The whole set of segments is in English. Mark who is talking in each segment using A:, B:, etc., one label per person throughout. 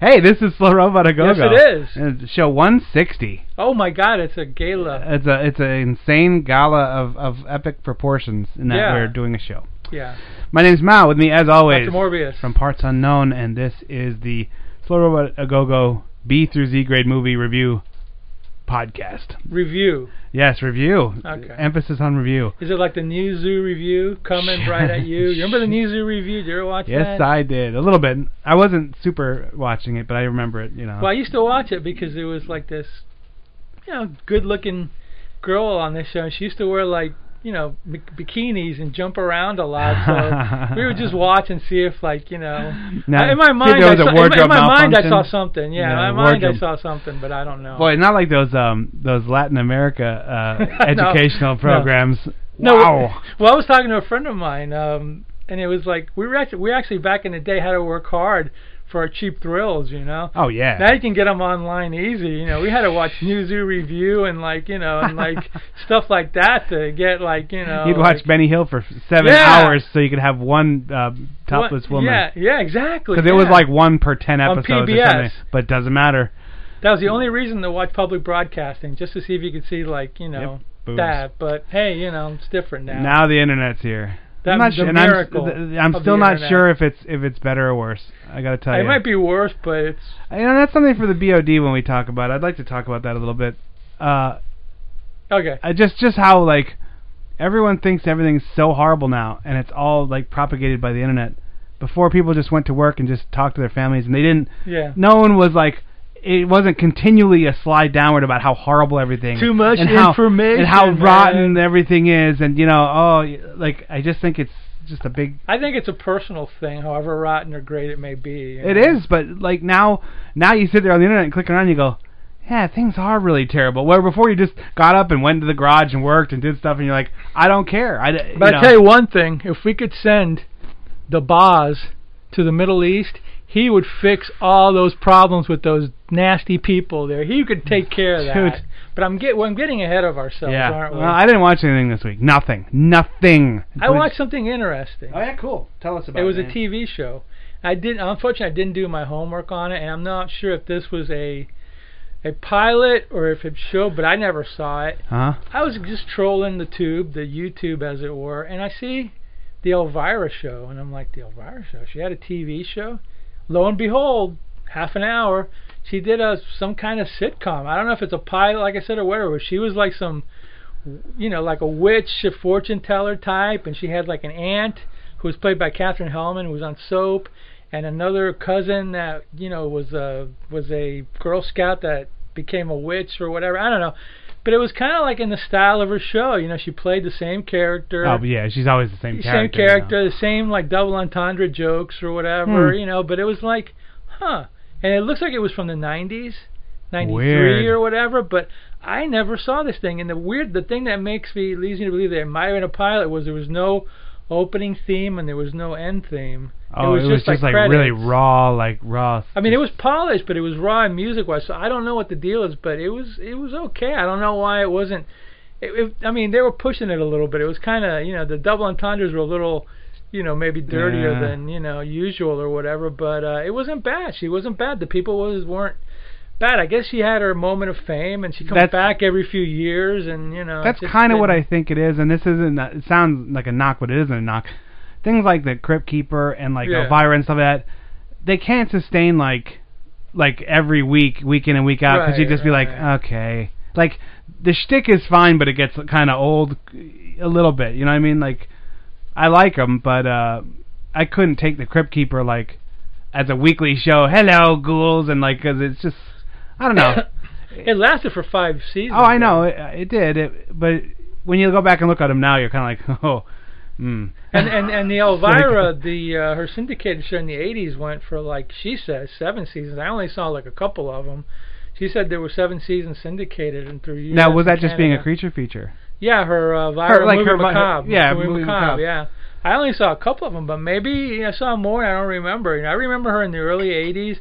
A: Hey, this is Slow Robot A Go Go.
B: Yes, it
A: is. It's show 160.
B: Oh my God, it's a gala.
A: It's a it's an insane gala of, of epic proportions in that
B: Yeah.
A: we're doing a show.
B: Yeah.
A: My name's Mal. With me, as always,
B: Dr. Morbius.
A: from Parts Unknown, and this is the Slow Robot A Go Go B through Z grade movie review podcast.
B: Review.
A: Yes, review.
B: Okay.
A: Emphasis on review.
B: Is it like the New Zoo review coming right at you? You remember the New Zoo review? Did you ever watch
A: Yes,
B: that?
A: I did a little bit. I wasn't super watching it, but I remember it. You know.
B: Well, I used to watch it because it was like this, you know, good-looking girl on this show. And she used to wear like, you know, bi- bikinis and jump around a lot. So we would just watch and see if, like, you know,
A: Now,
B: I- in my
A: see if
B: mind,
A: there
B: I
A: was a
B: saw, in my- in
A: wardrobe
B: my mind, I saw
A: malfunction.
B: something. Yeah,
A: Yeah,
B: in my mind, I
A: wardrobe.
B: saw something, but I don't know.
A: Boy, not like those um those Latin America uh,
B: No,
A: educational
B: no.
A: programs.
B: No,
A: wow.
B: Well, I was talking to a friend of mine, um, and it was like we were actually we actually back in the day had to work hard for our cheap thrills, you know.
A: Oh yeah.
B: Now you can get them online easy. You know, we had to watch New Zoo Review and like you know and like stuff like that to get like you know.
A: You'd watch
B: like,
A: Benny Hill for seven
B: Yeah.
A: hours so you could have one uh,
B: what-
A: topless woman.
B: Yeah, yeah, exactly.
A: Because it was
B: yeah.
A: like one per ten episodes or
B: PBS.
A: something, but it doesn't matter.
B: that was the only reason to watch public broadcasting just to see if you could see like you know
A: Boobs.
B: that. But hey, you know it's different now.
A: Now the internet's here.
B: That-
A: I'm not
B: the
A: su- and I'm s-
B: miracle
A: th- th- I'm
B: of
A: still
B: the
A: not
B: internet.
A: sure if it's if it's better or worse. I gotta tell
B: it
A: you.
B: might be worse, but it's
A: You know, that's something for the BOD when we talk about. it. I'd like to talk about that a little bit. Uh,
B: okay.
A: I just just how like everyone thinks everything's so horrible now, and it's all like propagated by the internet. Before people just went to work and just talked to their families, and they didn't.
B: Yeah.
A: No one was like. It wasn't continually a slide downward about how horrible everything.
B: Too much
A: and how,
B: information,
A: and how
B: man.
A: rotten everything is, and you know, oh, y- like I just think it's just a big
B: I think it's a personal thing, however rotten or great it may be.
A: It is, but like now, now you sit there on the internet and click around, and you go, yeah, things are really terrible. Where before you just got up and went to the garage and worked and did stuff, and you're like, I don't care. I, d-
B: But
A: know.
B: I tell you one thing: if we could send the Boz to the Middle East, he would fix all those problems with those nasty people there. He could take care of that.
A: Dude.
B: But I'm get, well, I'm getting ahead of ourselves,
A: yeah.
B: aren't we?
A: Well, I didn't watch anything this week. Nothing. Nothing.
B: I watched something interesting.
A: Oh yeah, cool. Tell us about
B: It
A: it.
B: was a
A: man.
B: TV show. I did not unfortunately I didn't do my homework on it, and I'm not sure if this was a a pilot or if it showed, but I never saw it.
A: Huh?
B: I was just trolling the tube, the YouTube as it were, and I see the Elvira show, and I'm like, the Elvira show? She had a TV show? Lo and behold, half an hour, she did a some kind of sitcom. I don't know if it's a pilot, like I said, or whatever. She was like some, you know, like a witch, a fortune teller type, and she had like an aunt who was played by Katherine Hellman, who was on Soap, and another cousin that you know was a was a Girl Scout that became a witch or whatever. I don't know. But it was kind of like in the style of her show, you know. She played the same character
A: Oh yeah, she's always the same
B: the
A: character.
B: same
A: you know.
B: character, the same like double entendre jokes or whatever,
A: Hmm.
B: you know. But it was like, huh? And it looks like it was from the '90s, '93
A: Weird.
B: or whatever. But I never saw this thing. And the weird, the thing that makes me leads me to believe that it might have been a pilot was there was no opening theme and there was no end theme.
A: Oh,
B: it was just like
A: really
B: credits.
A: raw, like raw.
B: I mean, it was polished, but it was raw and music-wise. So I don't know what the deal is, but it was it was okay. I don't know why it wasn't. It, it, I mean, they were pushing it a little bit. It was kind of you know the double entendres were a little, you know, maybe dirtier
A: Yeah.
B: than you know usual or whatever. But uh, it wasn't bad. She wasn't bad. The people was weren't bad. I guess she had her moment of fame, and she comes
A: That's-
B: back every few years, and you know.
A: That's
B: it's
A: kind of what
B: been-
A: I think it is, and this isn't. a- It sounds like a knock, but it isn't a knock. Things like the Crypt Keeper and like
B: Yeah.
A: Elvira and stuff like that, they can't sustain like like every week, week in and week out, because
B: Right,
A: you just be
B: right.
A: like, okay, like the shtick is fine, but it gets kind of old a little bit. You know what I mean? Like I like 'em, but uh, I couldn't take the Crypt Keeper like as a weekly show. Hello, ghouls, and like because it's just I don't know.
B: It lasted for five seasons.
A: Oh, I
B: though.
A: know it, it did, it, but when you go back and look at him now, you're kind of like, oh, Mm.
B: And and and the Elvira, the uh, her syndicated show in the '80s went for like she says seven seasons. I only saw like a couple of them. She said there were seven seasons syndicated and through. US
A: now was that
B: and
A: just being a
B: Canada.
A: creature feature?
B: Yeah, her uh, Elvira
A: like
B: movie
A: her vi-
B: macabre.
A: yeah,
B: movie,
A: movie
B: macabre,
A: macabre.
B: Yeah. I only saw a couple of them, but maybe I saw more. I don't remember. You know, I remember her in the early '80s,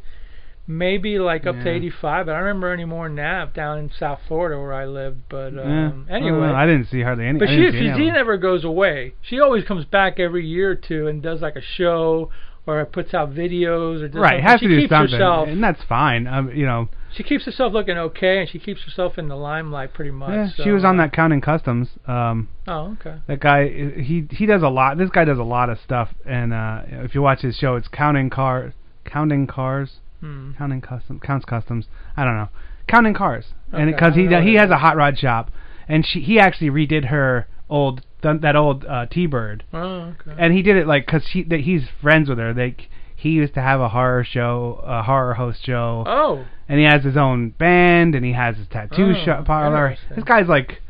B: maybe like up to
A: Yeah.
B: '85. But I don't remember any more than that down in South Florida where I lived. But
A: Yeah.
B: um,
A: I don't
B: anyway,
A: know. I didn't see hardly any.
B: but
A: I
B: she,
A: didn't see
B: she,
A: any of
B: she
A: them.
B: never goes away. She always comes back every year or two and does like a show or puts out videos or does
A: right
B: something.
A: has
B: she
A: to do
B: keeps
A: something,
B: herself.
A: and that's fine. Um, you know,
B: She keeps herself looking okay and she keeps herself in the limelight pretty much.
A: yeah,
B: so,
A: she was on
B: uh,
A: that Counting Customs. Um,
B: Oh, okay.
A: that guy, he he does a lot. This guy does a lot of stuff, and uh, if you watch his show, it's Counting Cars, Counting Cars,
B: Hmm.
A: Counting Customs, Counts Customs. I don't know, Counting Cars, and
B: Okay,
A: because
B: I
A: he
B: know
A: he
B: it.
A: has a hot rod shop, and she he actually redid her old that old uh, T Bird.
B: Oh, okay.
A: and he did it like 'cause she that he's friends with her. Like he used to have a horror show, a horror host show,
B: oh,
A: and he has his own band, and he has his tattoo
B: Oh,
A: shop parlor.
B: interesting.
A: This guy's like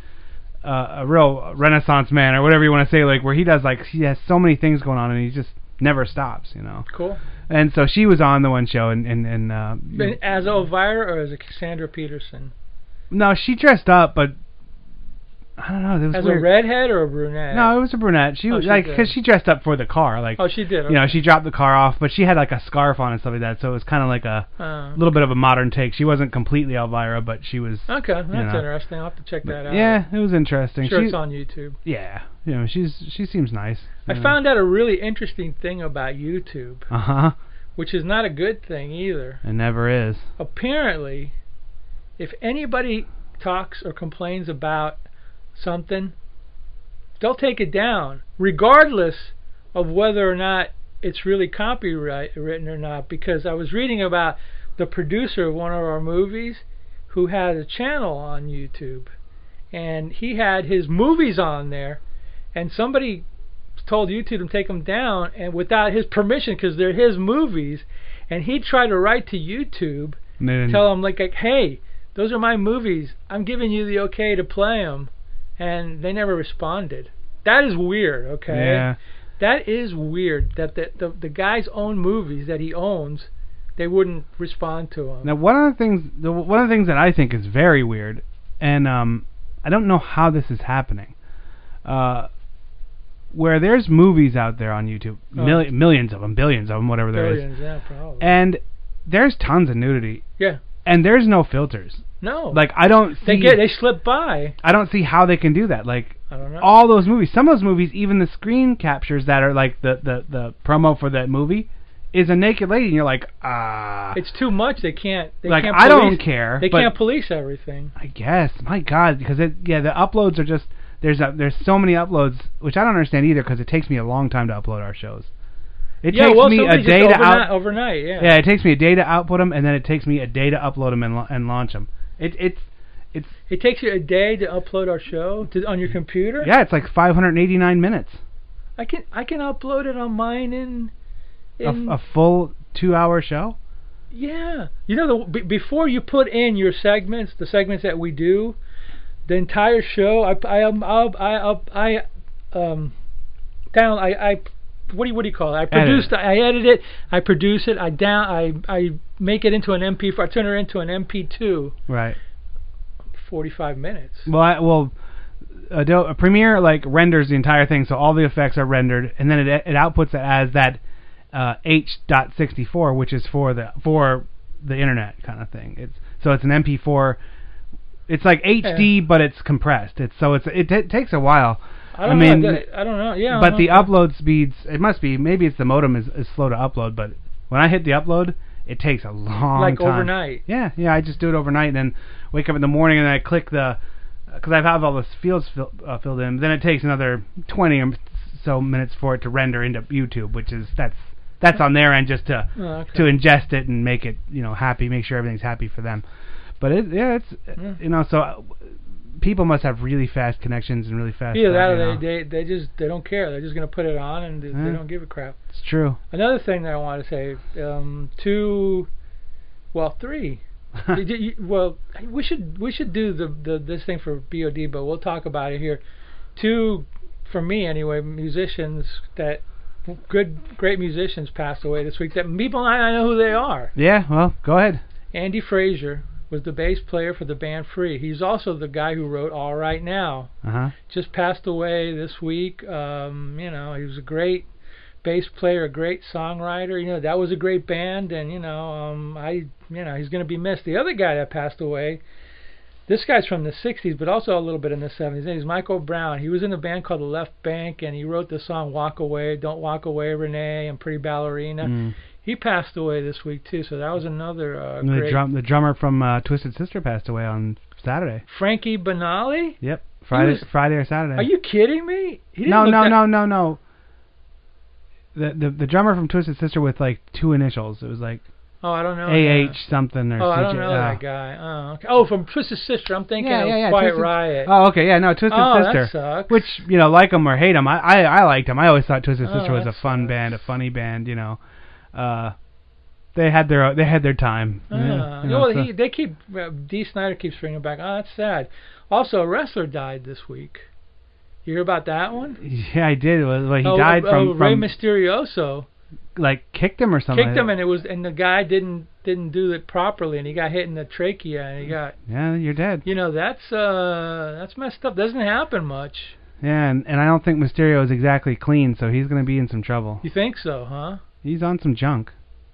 A: uh, a real Renaissance man or whatever you want to say. Like where he does like he has so many things going on, and he just never stops, you know.
B: cool.
A: And so she was on the one show, and and and uh,
B: But As Elvira or as a Cassandra Peterson?
A: no, she dressed up, but I don't know. It was
B: As a
A: weird.
B: redhead or a brunette?
A: no, it was a brunette. She
B: Oh,
A: was
B: she
A: like
B: did.
A: 'cause she dressed up for the car, like
B: Oh, she did.
A: you know,
B: okay.
A: she dropped the car off, but she had like a scarf on and stuff like that, so it was kind of like a
B: Oh.
A: little bit of a modern take. She wasn't completely Elvira, but she was.
B: Okay, that's
A: know.
B: interesting. I'll have to check that out.
A: Yeah, it was interesting.
B: I'm sure
A: she,
B: it's on YouTube.
A: Yeah, you know, she's she seems nice.
B: I found out a really interesting thing about YouTube.
A: Uh huh.
B: which is not a good thing either.
A: It never is.
B: Apparently, if anybody talks or complains about something, they'll take it down, regardless of whether or not it's really copyright written or not. Because I was reading about the producer of one of our movies who had a channel on YouTube, and he had his movies on there, and somebody told YouTube to take them down and without his permission because they're his movies, and he tried to write to YouTube
A: And they didn't-
B: tell them like, like, hey, those are my movies. I'm giving you the okay to play them, and they never responded. That is weird. Okay.
A: Yeah.
B: That is weird that the, the the guy's own movies that he owns, they wouldn't respond to him.
A: Now one of the things, the, one of the things that I think is very weird, and um, I don't know how this is happening. Uh, where there's movies out there on YouTube,
B: Oh.
A: milli- millions of them, billions of them, whatever there is,
B: Billions, yeah, probably.
A: and there's tons of nudity,
B: yeah.
A: and there's no filters.
B: No.
A: Like I don't see,
B: they get they slip by.
A: I don't see how they can do that. Like
B: I don't know.
A: all those movies, some of those movies, even the screen captures that are like the the the promo for that movie is a naked lady, and you're like, ah,
B: it's too much. They can't. They
A: like
B: can't
A: I don't
B: police-
A: care.
B: They
A: but
B: can't police everything.
A: I guess my God, because it yeah, the uploads are just there's a, there's so many uploads which I don't understand either because it takes me a long time to upload our shows. It
B: yeah,
A: takes
B: well,
A: me a
B: somebody
A: day
B: just
A: to
B: overnight,
A: out.
B: overnight. Yeah.
A: Yeah, it takes me a day to output them, and then it takes me a day to upload them and, la- and launch them. It, it's
B: It takes you a day to upload our show to, on your computer.
A: yeah, it's like 589 minutes.
B: I can I can upload it on mine in.
A: a,
B: in
A: a full two-hour show.
B: yeah. You know, the, b- before you put in your segments, the segments that we do, the entire show. I I um, I I, up- I um down I I. What do you, what do you call it? I produced, I edit it, I produce it, I down, I I make it into an MP4, I turn it into an MP2,
A: Right.
B: 45 minutes.
A: Well, I, well, Adobe Premiere like renders the entire thing, so all the effects are rendered, and then it it outputs it as that uh, H.64, which is for the for the internet kind of thing. It's so it's an MP4. It's like HD, but it's compressed. It's so it's it t- takes a while.
B: I
A: I
B: don't
A: mean,
B: know, I don't know, yeah. I
A: but
B: don't
A: the
B: know.
A: upload speeds it must be maybe it's the modem is, is slow to upload but when i hit the upload it takes a long
B: Like
A: time.
B: overnight.
A: yeah yeah i just do it overnight and then wake up in the morning and i click the because i have all the fields fill, uh, filled in then it takes another 20 or so minutes for it to render into youtube which is that's that's on their end just to
B: Oh, okay.
A: to ingest it and make it you know happy make sure everything's happy for them but it yeah it's
B: Yeah.
A: you know so uh, people must have really fast connections and really fast
B: Either
A: stuff,
B: that
A: you know. Hmm.
B: or they, they they just they don't care. They're just gonna put it on and they, they
A: Yeah.
B: don't give a crap.
A: it's true
B: Another thing that I want to say, um, two, well, three. You- you- you- well, we should we should do the, the this thing for BOD, but we'll talk about it here. Two for me anyway, musicians that good, great musicians passed away this week. That people I I know who they are.
A: Yeah, well, go ahead.
B: Andy Frazier was the bass player for the band Free. He's also the guy who wrote All Right Now.
A: Uh huh.
B: Just passed away this week. Um, you know, he was a great bass player, a great songwriter. You know, that was a great band, and you know, um, I, you know, he's going to be missed. The other guy that passed away, this guy's from the '60s, but also a little bit in the '70s. His name's Michael Brown. He was in a band called The Left Bank, and he wrote the song "Walk Away," "Don't Walk Away," "Renee," and "Pretty Ballerina."
A: Mm.
B: He passed away this week too, so that was another uh,
A: The
B: great.
A: drum, the drummer from uh, Twisted Sister passed away on Saturday.
B: Frankie Benali?
A: Yep, Friday,
B: was-
A: Friday or Saturday.
B: Are you kidding me? He didn't
A: no,
B: look
A: no,
B: that-
A: no, no, no. The, the the drummer from Twisted Sister with like two initials. It was like
B: Oh, I don't know.
A: A H something or
B: Oh, I
A: CJ.
B: don't know
A: uh,
B: that guy. Oh, okay. oh from Twisted Sister. I'm thinking
A: Yeah,
B: of
A: yeah, yeah,
B: Quiet
A: Twisted-
B: Riot.
A: Oh, okay, yeah, no, Twisted
B: oh,
A: Sister.
B: that sucks.
A: Which you know, like them or hate them, I I, I liked them. I always thought Twisted
B: Oh,
A: Sister was
B: that
A: a fun
B: sucks.
A: band, a funny band. You know, uh, they had their they had their time.
B: Uh,
A: yeah, you know,
B: well,
A: so-
B: he, they keep uh, D. Snyder keeps bringing back. Oh, that's sad. Also, a wrestler died this week. You hear about that one?
A: yeah, I did. Well, well, he
B: oh,
A: died
B: oh,
A: from,
B: oh,
A: from
B: Rey Mysterioso
A: like kicked him or something.
B: kicked
A: like
B: him, and it was and the guy didn't didn't do it properly, and he got hit in the trachea, and he got
A: that. Yeah, you're dead.
B: you know that's uh that's messed up. Doesn't happen much.
A: Yeah, and, and I don't think Mysterio is exactly clean, so he's gonna be in some trouble.
B: You think so, huh?
A: He's on some junk.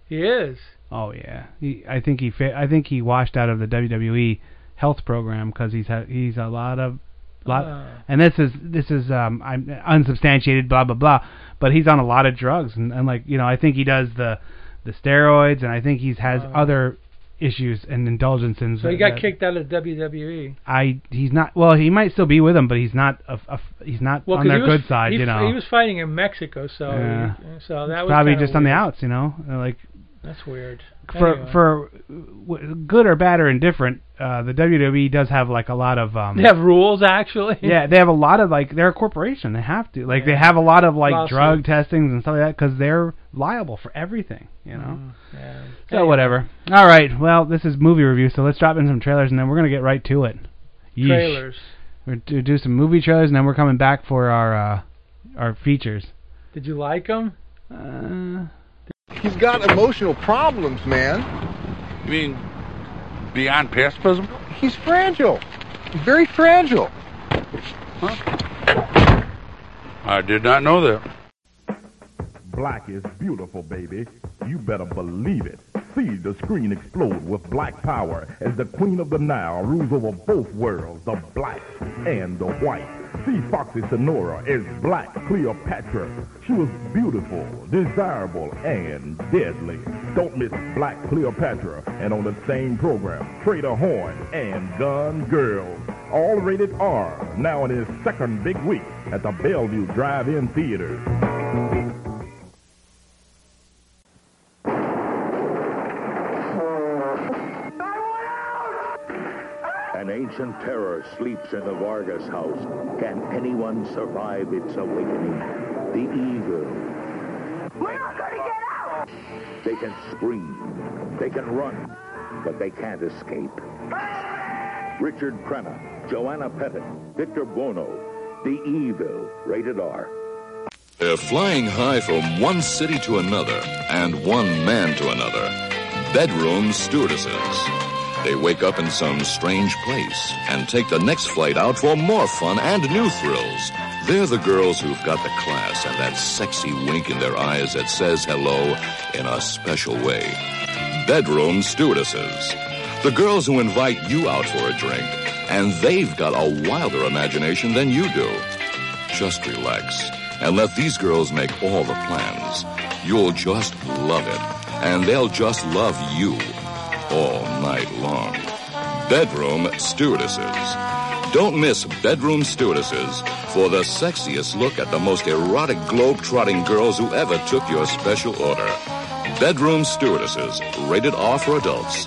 B: He is.
A: Oh yeah, he, I think he fa- I think he washed out of the WWE health program because he's had he's a lot of lot.
B: Uh,
A: and this is this is um I'm unsubstantiated blah blah blah, but he's on a lot of drugs and, and like you know I think he does the the steroids and I think he's has
B: Oh.
A: other issues and indulgences.
B: so he
A: that-
B: got
A: that-
B: kicked out of E. WWE.
A: I he's not well he might still be with them but he's not a, a, he's not
B: Well,
A: on
B: 'cause
A: their
B: he was,
A: good side
B: he,
A: you
B: f-
A: know
B: He was fighting in Mexico, so
A: Yeah.
B: so that was
A: probably
B: kinda
A: just on the
B: weird.
A: outs you know Uh, like
B: That's weird.
A: for
B: Anyway.
A: for w- good or bad or indifferent, uh, the WWE does have like a lot of um.
B: they have rules actually.
A: Yeah, they have a lot of like they're a corporation. They have to like they
B: Yeah.
A: have a lot of like
B: Lawsuits.
A: drug testings and stuff like that because they're liable for everything, you know.
B: Mm, yeah.
A: So whatever. All right, well this is movie review, so let's drop in some trailers and then we're gonna get right to it. Yeesh.
B: Trailers.
A: We're to do some movie trailers and then we're coming back for our uh, our features.
B: Did you like them?
A: Uh,
C: You've got emotional problems, man.
D: You mean beyond pacifism?
C: He's fragile. Very fragile.
D: I did not know that.
E: Black is beautiful, baby. You better believe it. See the screen explode with black power as the queen of the Nile rules over both worlds, the black and the white. See Foxy Sonora is black Cleopatra. She was beautiful, desirable, and deadly. Don't miss Black Cleopatra and on the same program, Trader Horn and Gun Girls. All rated R, now in its second big week at the Bellevue Drive-In Theaters.
F: An ancient terror sleeps in the Vargas house. Can anyone survive its awakening? The evil. We're not going to get out! They can scream. They can run. But they can't escape. Richard Crenna, Joanna Pettit, Victor Buono. The evil. Rated R.
G: They're flying high from one city to another and one man to another. Bedroom stewardesses. They wake up in some strange place and take the next flight out for more fun and new thrills. They're the girls who've got the class and that sexy wink in their eyes that says hello in a special way. Bedroom stewardesses. The girls who invite you out for a drink, and they've got a wilder imagination than you do. Just relax and let these girls make all the plans. You'll just love it, and they'll just love you all night long. Bedroom Stewardesses. Don't miss Bedroom Stewardesses for the sexiest look at the most erotic globe-trotting girls who ever took your special order. Bedroom Stewardesses, rated R for adults.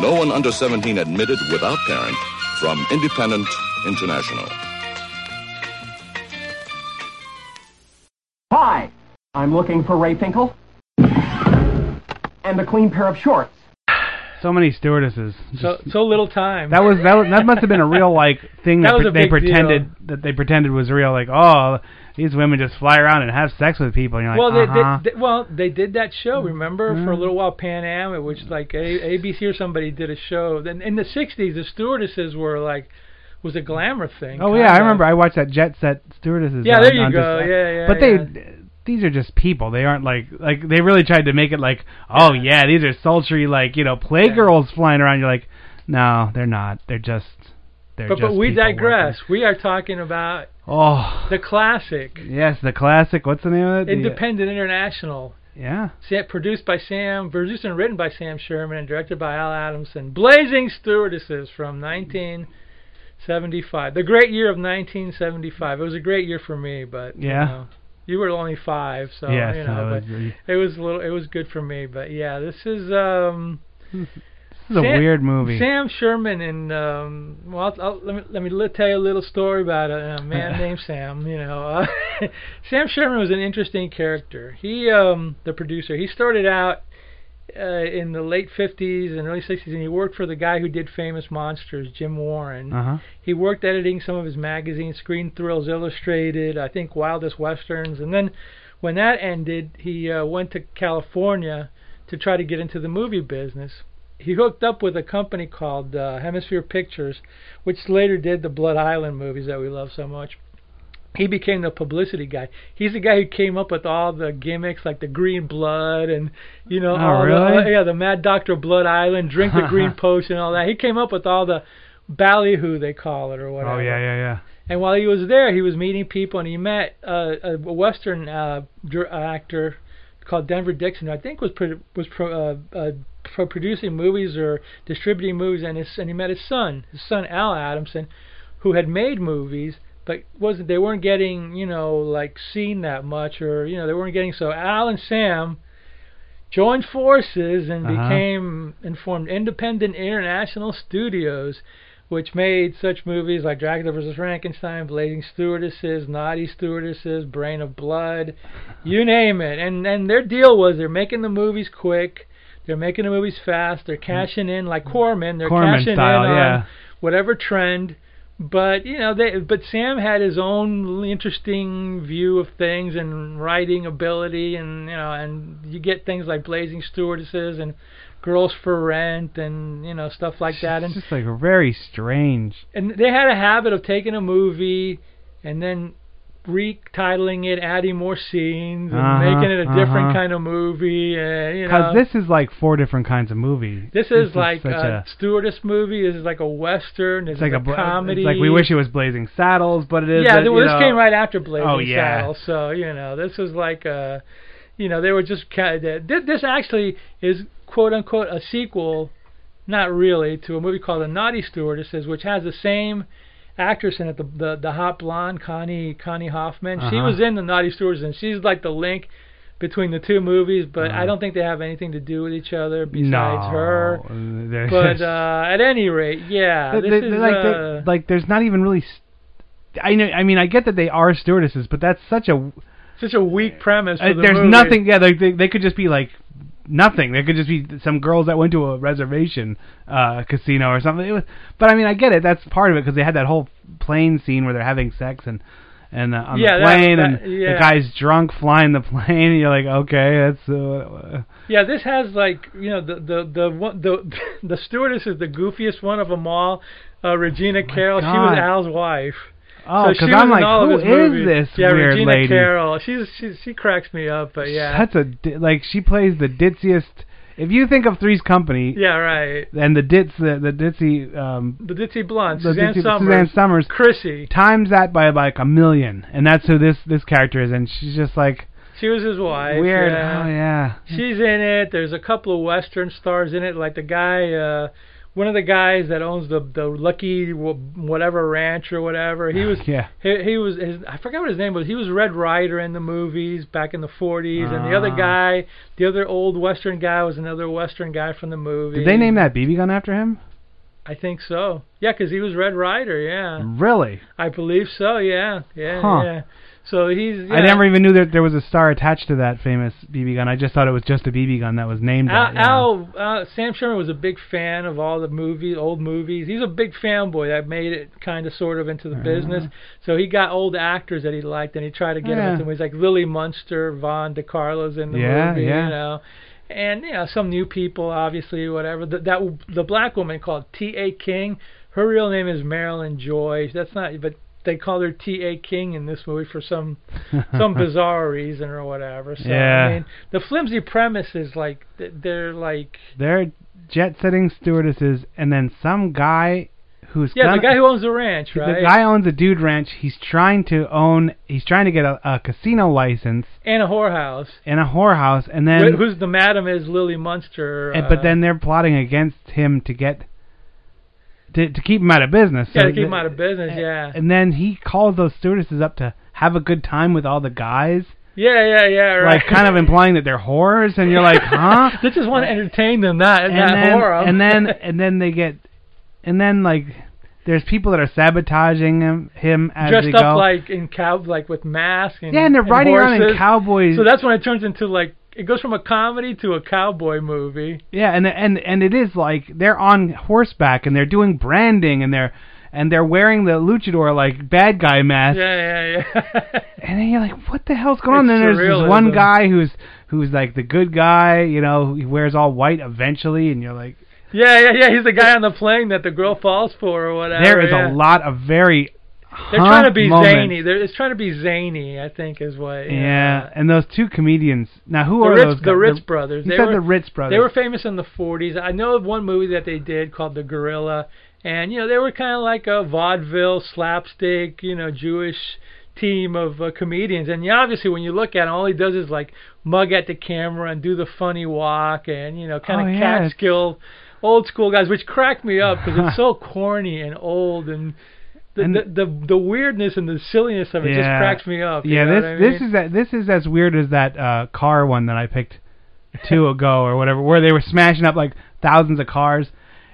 G: No one under 17 admitted without parent from Independent International.
H: Hi, I'm looking for Ray Finkel. And a clean pair of shorts.
A: So many stewardesses.
B: So
A: Just-
B: so little time.
A: that was that was, that must have been a real like thing
B: That
A: that,
B: was
A: pre-
B: a
A: they
B: big deal.
A: pretended that they pretended was real. Like, oh, these women just fly around and have sex with people. And you're like,
B: well, they,
A: uh-huh.
B: did, they well they did that show. Remember for a little while, Pan Am, it was like a, ABC or somebody did a show. Then in the '60s, the stewardesses were like was a glamour thing.
A: Oh
B: kinda.
A: yeah, I remember. I watched that Jet Set Stewardesses.
B: Yeah,
A: on-
B: there you
A: on
B: go.
A: Dis-
B: Yeah, yeah,
A: But they, these are just people. They aren't like like they really tried to make it like, oh yeah, these are sultry like you know playgirls flying around. You're like, no, they're not. They're just they're
B: but
A: just.
B: but we
A: people
B: digress. We are talking about
A: working. Oh
B: the classic
A: yes, the classic. What's the name of it? The-
B: Independent International,
A: yeah.
B: sa- produced by Sam, produced and written by Sam Sherman, and directed by Al Adamson. Blazing Stewardesses from 1975, the great year of 1975. It was a great year for me, but
A: Yeah.
B: You, know, you were only five, so
A: yes.
B: you
A: I
B: know.
A: was-
B: but it was a little, it was good for me, but yeah, this is um.
A: this is a
B: Sam-
A: weird movie.
B: Sam Sherman and um, well, I'll, I'll, let me let me li- tell you a little story about a, a man named Sam. You know, uh, Sam Sherman was an interesting character. He, um, the producer, he started out uh, in the late 50s and early 60s, and he worked for the guy who did Famous Monsters, Jim Warren.
A: uh huh.
B: He worked editing some of his magazines, Screen Thrills Illustrated, I think Wildest Westerns, and then when that ended, he uh, went to California to try to get into the movie business. He hooked up with a company called uh, Hemisphere Pictures, which later did the Blood Island movies that we love so much. He became the publicity guy. He's the guy who came up with all the gimmicks like the green blood and you know
A: Oh,
B: all the
A: really?
B: yeah, the Mad Doctor Blood Island, drink the green potion, all that. He came up with all the ballyhoo they call it or whatever.
A: Oh yeah, yeah, yeah.
B: And while he was there, he was meeting people, and he met uh, a Western uh, dir- uh, actor called Denver Dixon, who I think was pro- was pro- uh, uh, pro- producing movies or distributing movies, and his and he met his son, his son Al Adamson, who had made movies, but wasn't they weren't getting you know like seen that much, or you know they weren't getting so Al and Sam joined forces and
A: Uh-huh.
B: became and formed Independent International Studios which made such movies like Dracula vs. Frankenstein, Blazing Stewardesses, Naughty Stewardesses, Brain of Blood, you name it. And and their deal was they're making the movies quick, they're making the movies fast, they're cashing in like Corman, they're
A: Mm-hmm. Corman
B: cashing
A: style,
B: in on
A: yeah.
B: whatever trend. But you know, they but Sam had his own interesting view of things and writing ability, and you know, and you get things like Blazing Stewardesses and Girls for Rent, and you know, stuff like that. And
A: It's just like very strange.
B: and they had a habit of taking a movie and then retitling it, adding more scenes, and
A: Uh-huh,
B: making it a different
A: uh-huh.
B: kind of movie. And, you know,
A: Because this is like four different kinds of movies.
B: this is like uh,
A: such
B: a, stewardess movie. This is like a western. This
A: It's like
B: is
A: a,
B: a,
A: bla-
B: comedy.
A: It's like we wish it was Blazing Saddles, but it is.
B: yeah,
A: that,
B: th-
A: you
B: well, this
A: know,
B: came right after Blazing
A: Oh, yeah.
B: Saddles, so you know this was like a, you know, they were just kind of th- this actually is quote unquote a sequel, not really, to a movie called The Naughty Stewardesses, which has the same actress in it, the the, the hot blonde Connie Connie Hoffman. She
A: Uh-huh.
B: was in The Naughty Stewardesses, and she's like the link between the two movies, but I don't think they have anything to do with each other besides
A: Uh-huh. no,
B: her.
A: There's,
B: But uh, at any rate, yeah,
A: they-
B: this
A: they-
B: is
A: like, they-
B: uh,
A: like there's not even really. St- I know. I mean, I get that they are stewardesses, but that's such a.
B: such a weak premise. For
A: uh,
B: the
A: there's
B: movie.
A: nothing. Yeah, they, they they could just be like nothing. They could just be some girls that went to a reservation uh, casino or something. It was, but I mean, I get it. That's part of it because they had that whole plane scene where they're having sex and. And uh, on
B: Yeah,
A: the
B: that-
A: plane,
B: that-
A: and
B: yeah.
A: the guy's drunk flying the plane. And you're like, okay, that's uh,
B: Yeah, this has like you know the the the one- the the stewardess is the goofiest one of them all. Uh, Regina Carroll, she was
A: Oh God.
B: Al's wife.
A: oh,
B: so
A: because
B: she
A: I'm
B: was in all
A: like,
B: of
A: who
B: his
A: is
B: movies.
A: this
B: yeah,
A: weird
B: Regina
A: lady?
B: Carroll. She's she she cracks me up, but yeah,
A: That's a di- like she plays the ditziest. If you think of Three's Company
B: yeah, right.
A: and the ditz, the, the ditzy, um,
B: The ditzy blonde,
A: the
B: Suzanne
A: ditzy-
B: Summers,
A: Suzanne Summers,
B: Chrissy.
A: times that by like a million, and that's who this this character is, and she's just like
B: She was his wife.
A: weird.
B: yeah.
A: Oh yeah,
B: She's in it. There's a couple of western stars in it, like the guy, uh, one of the guys that owns the the Lucky wh- whatever ranch or whatever. He was
A: Uh, yeah.
B: he, he was his, I forgot what his name was. He was Red Rider in the movies back in the 40s, and the other
A: Ah.
B: guy, the other old western guy, was another western guy from the movie.
A: Did they name that BB gun after him?
B: I think so. Yeah, 'cause he was Red Rider. Yeah,
A: Really?
B: I believe so. Yeah,
A: Mm.
B: yeah,
A: Huh.
B: yeah. So he's.
A: I
B: yeah.
A: never even knew that there was a star attached to that famous BB gun. I just thought it was just a BB gun that was named.
B: Al,
A: that, you know.
B: Al uh, Sam Sherman was a big fan of all the movies, old movies. He's a big fanboy that made it kind of sort of
A: Uh-huh.
B: into the business. So he got old actors that he liked, and he tried to get
A: Yeah.
B: them into movies like Lily Munster, Von DiCarlo's in the
A: Yeah,
B: movie,
A: yeah.
B: you know, and you know some new people, obviously, whatever. The, that the black woman called T. A. King. Her real name is Marilyn Joy. That's not, but they called her T. A. King in this movie for some some bizarre reason or whatever. So
A: Yeah.
B: I mean, the flimsy premise is like th- they're like
A: They're jet setting stewardesses, and then some guy who's
B: yeah,
A: gonna,
B: the guy who owns the ranch,
A: the
B: right?
A: guy owns a dude ranch. He's trying to own. He's trying to get a, a casino license
B: and a whorehouse.
A: and a whorehouse, and then
B: Wh- who's the madam is Lily Munster.
A: and, but
B: uh,
A: then they're plotting against him to get to to keep him out of business.
B: yeah,
A: So
B: to keep him
A: th-
B: out of business. Yeah,
A: And then he calls those stewardesses up to have a good time with all the guys,
B: yeah, yeah, yeah. Right.
A: like kind of implying that they're whores, and you're like, huh?
B: they just want to entertain them, not not
A: and then,
B: whore 'em.
A: and then and then they get and then like there's people that are sabotaging him him as
B: dressed
A: they
B: up
A: go.
B: like in cow, like with masks. And,
A: yeah, and they're riding around in
B: horses.
A: cowboys.
B: So that's when it turns into like it goes from a comedy to a cowboy movie.
A: yeah, and and and it is like they're on horseback and they're doing branding and they're and they're wearing the luchador like bad guy mask.
B: Yeah, yeah, yeah.
A: And then you're like, what the hell's going on?
B: It's
A: Then there's this
B: surrealism.
A: one guy who's who's like the good guy, you know, he wears all white eventually, and you're like,
B: Yeah, yeah, yeah. He's the guy on the plane that the girl falls for or whatever.
A: there is
B: Oh, yeah.
A: a lot of very.
B: They're
A: huh
B: trying to be
A: moments.
B: zany. They're, it's trying to be zany, I think, is what.
A: Yeah. and those two comedians. Now, who
B: The
A: are
B: Ritz,
A: those?
B: the
A: guys?
B: Ritz brothers.
A: You
B: They
A: said
B: were,
A: the Ritz brothers.
B: They were famous in the 40s. I know of one movie that they did called The Gorilla, and you know they were kind of like a vaudeville slapstick, you know, Jewish team of uh, comedians. And yeah, obviously, when you look at him, all he does is like mug at the camera and do the funny walk, and you know, kind
A: Oh,
B: of
A: yeah, it's-
B: Catskill, old school guys, which cracked me up because it's so corny and old and. The,
A: And-
B: the, the the weirdness and the silliness of it just
A: Yeah.
B: cracks me up. you
A: yeah,
B: know
A: this
B: what I mean?
A: this is that this is as weird as that uh car one that I picked two ago or whatever, where they were smashing up like thousands of cars.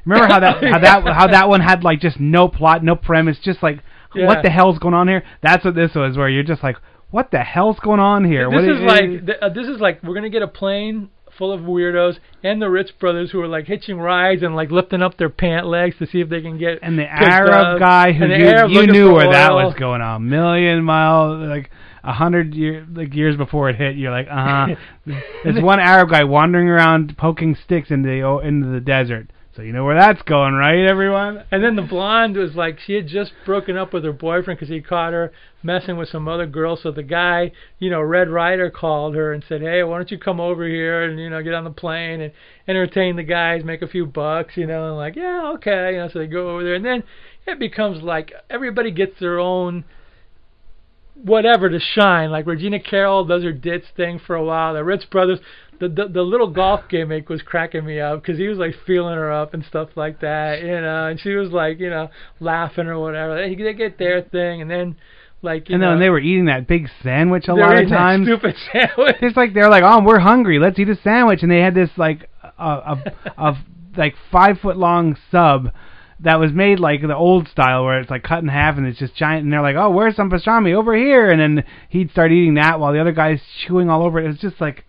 A: Remember how that how that how that one had like just no plot, no premise, just like
B: Yeah.
A: what the hell's going on here? That's what this was, where you're just like, what the hell's going on here?
B: This
A: What
B: is like th- uh, this is like we're gonna get a plane full of weirdos and the Ritz brothers who are like hitching rides and like lifting up their pant legs to see if they can get
A: and the
B: picked
A: Arab
B: up.
A: guy who
B: And the
A: you,
B: Arab
A: you
B: looking
A: knew
B: for
A: where that
B: oil.
A: was going on, million mile like a hundred year like years before it hit. You're like, uh huh. There's one Arab guy wandering around poking sticks into the o- into the desert. So you know where that's going, right, everyone?
B: And then the blonde was like, she had just broken up with her boyfriend 'cause he caught her messing with some other girl. So the guy, you know, Red Rider called her and said, hey, why don't you come over here and, you know, get on the plane and entertain the guys, make a few bucks, you know, and like, yeah, okay. You know, so they go over there. And then it becomes like everybody gets their own whatever to shine. Like Regina Carroll does her ditz thing for a while. The Ritz brothers, the the, the little golf gimmick was cracking me up 'cause he was like feeling her up and stuff like that, you know. And she was like, you know, laughing or whatever. They, they get their thing, and then like you
A: And
B: know,
A: then they were eating that big sandwich a
B: they're
A: lot of
B: eating that
A: times.
B: stupid sandwich.
A: It's like they're like, oh, we're hungry. Let's eat a sandwich. And they had this like a a, a like five foot long sub that was made like the old style where it's like cut in half and it's just giant. And they're like, oh, where's some pastrami over here? And then he'd start eating that while the other guy's chewing all over it. It was just like.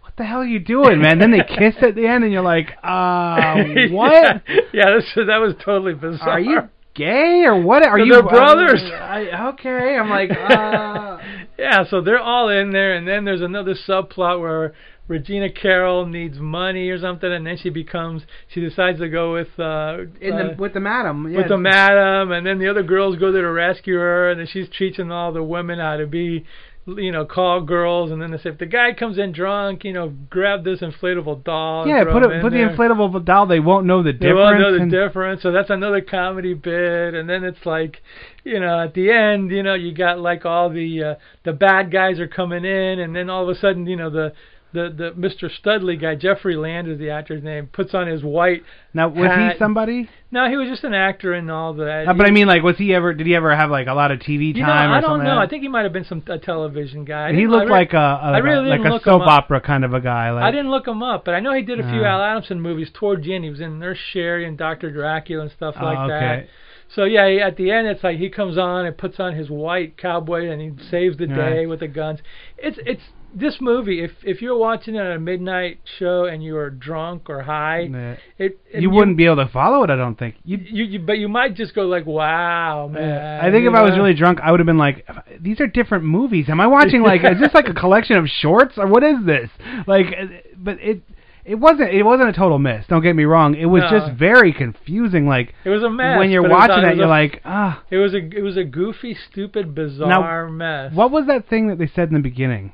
A: What the hell are you doing, man? then they kiss at the end, and you're like, uh, what?
B: yeah, this, that was totally bizarre.
A: Are you gay or what? Are you
B: They're brothers.
A: I, okay, I'm like, uh,
B: Yeah, so they're all in there, and then there's another subplot where Regina Carroll needs money or something, and then she becomes she decides to go with uh,
A: in
B: uh,
A: the with the madam, yeah,
B: with the madam, and then the other girls go there to rescue her, and then she's teaching all the women how to be, you know, call girls, and then they say if the guy comes in drunk, you know, grab this inflatable doll. and
A: Yeah,
B: throw
A: put
B: him
A: it,
B: in
A: put
B: there.
A: the inflatable doll. They won't know the
B: They
A: difference.
B: won't know the
A: and-
B: difference, so that's another comedy bit. And then it's like, you know, at the end, you know, you got like all the uh, the bad guys are coming in, and then all of a sudden, you know, the the the Mr. Studley guy, Jeffrey Land is the actor's name, puts on his white.
A: Now was
B: Hat.
A: he somebody?
B: No, he was just an actor and all that.
A: Uh, but I
B: He-
A: mean, like, was he ever? Did he ever have like a lot of TV
B: you know,
A: time
B: I
A: or
B: don't
A: something?
B: know.
A: like
B: I think he might have been some a television guy. I
A: that? he
B: didn't- I
A: looked
B: re-
A: like a, a
B: really
A: like
B: didn't
A: a
B: look him
A: soap
B: up.
A: opera kind of a guy. Like,
B: I didn't look him up, but I know he did a few
A: Uh.
B: Al Adamson movies towards the end. He was in Nurse Sherry and Doctor Dracula and stuff
A: oh,
B: like that.
A: okay.
B: So yeah, he- at the end it's like he comes on and puts on his white cowboy and he saves the
A: Right.
B: day with the guns. It's it's this movie. If if you're watching it on a midnight show and you are drunk or high,
A: Yeah.
B: it, it
A: You wouldn't be able to follow it, I don't think. You,
B: You, you but you might just go like, wow, man.
A: I think
B: you
A: if I was
B: know?
A: really drunk, I would have been like, "These are different movies. Am I watching like is this like a collection of shorts or what is this?" Like, uh, but it it wasn't it wasn't a total miss. Don't get me wrong. It was
B: No.
A: just very confusing. Like
B: It was a mess.
A: when you're
B: but it was
A: watching
B: a-
A: that,
B: it was
A: you're
B: a-
A: like, ah,
B: it was a it was a goofy, stupid, bizarre mess.
A: what was that thing that they said in the beginning?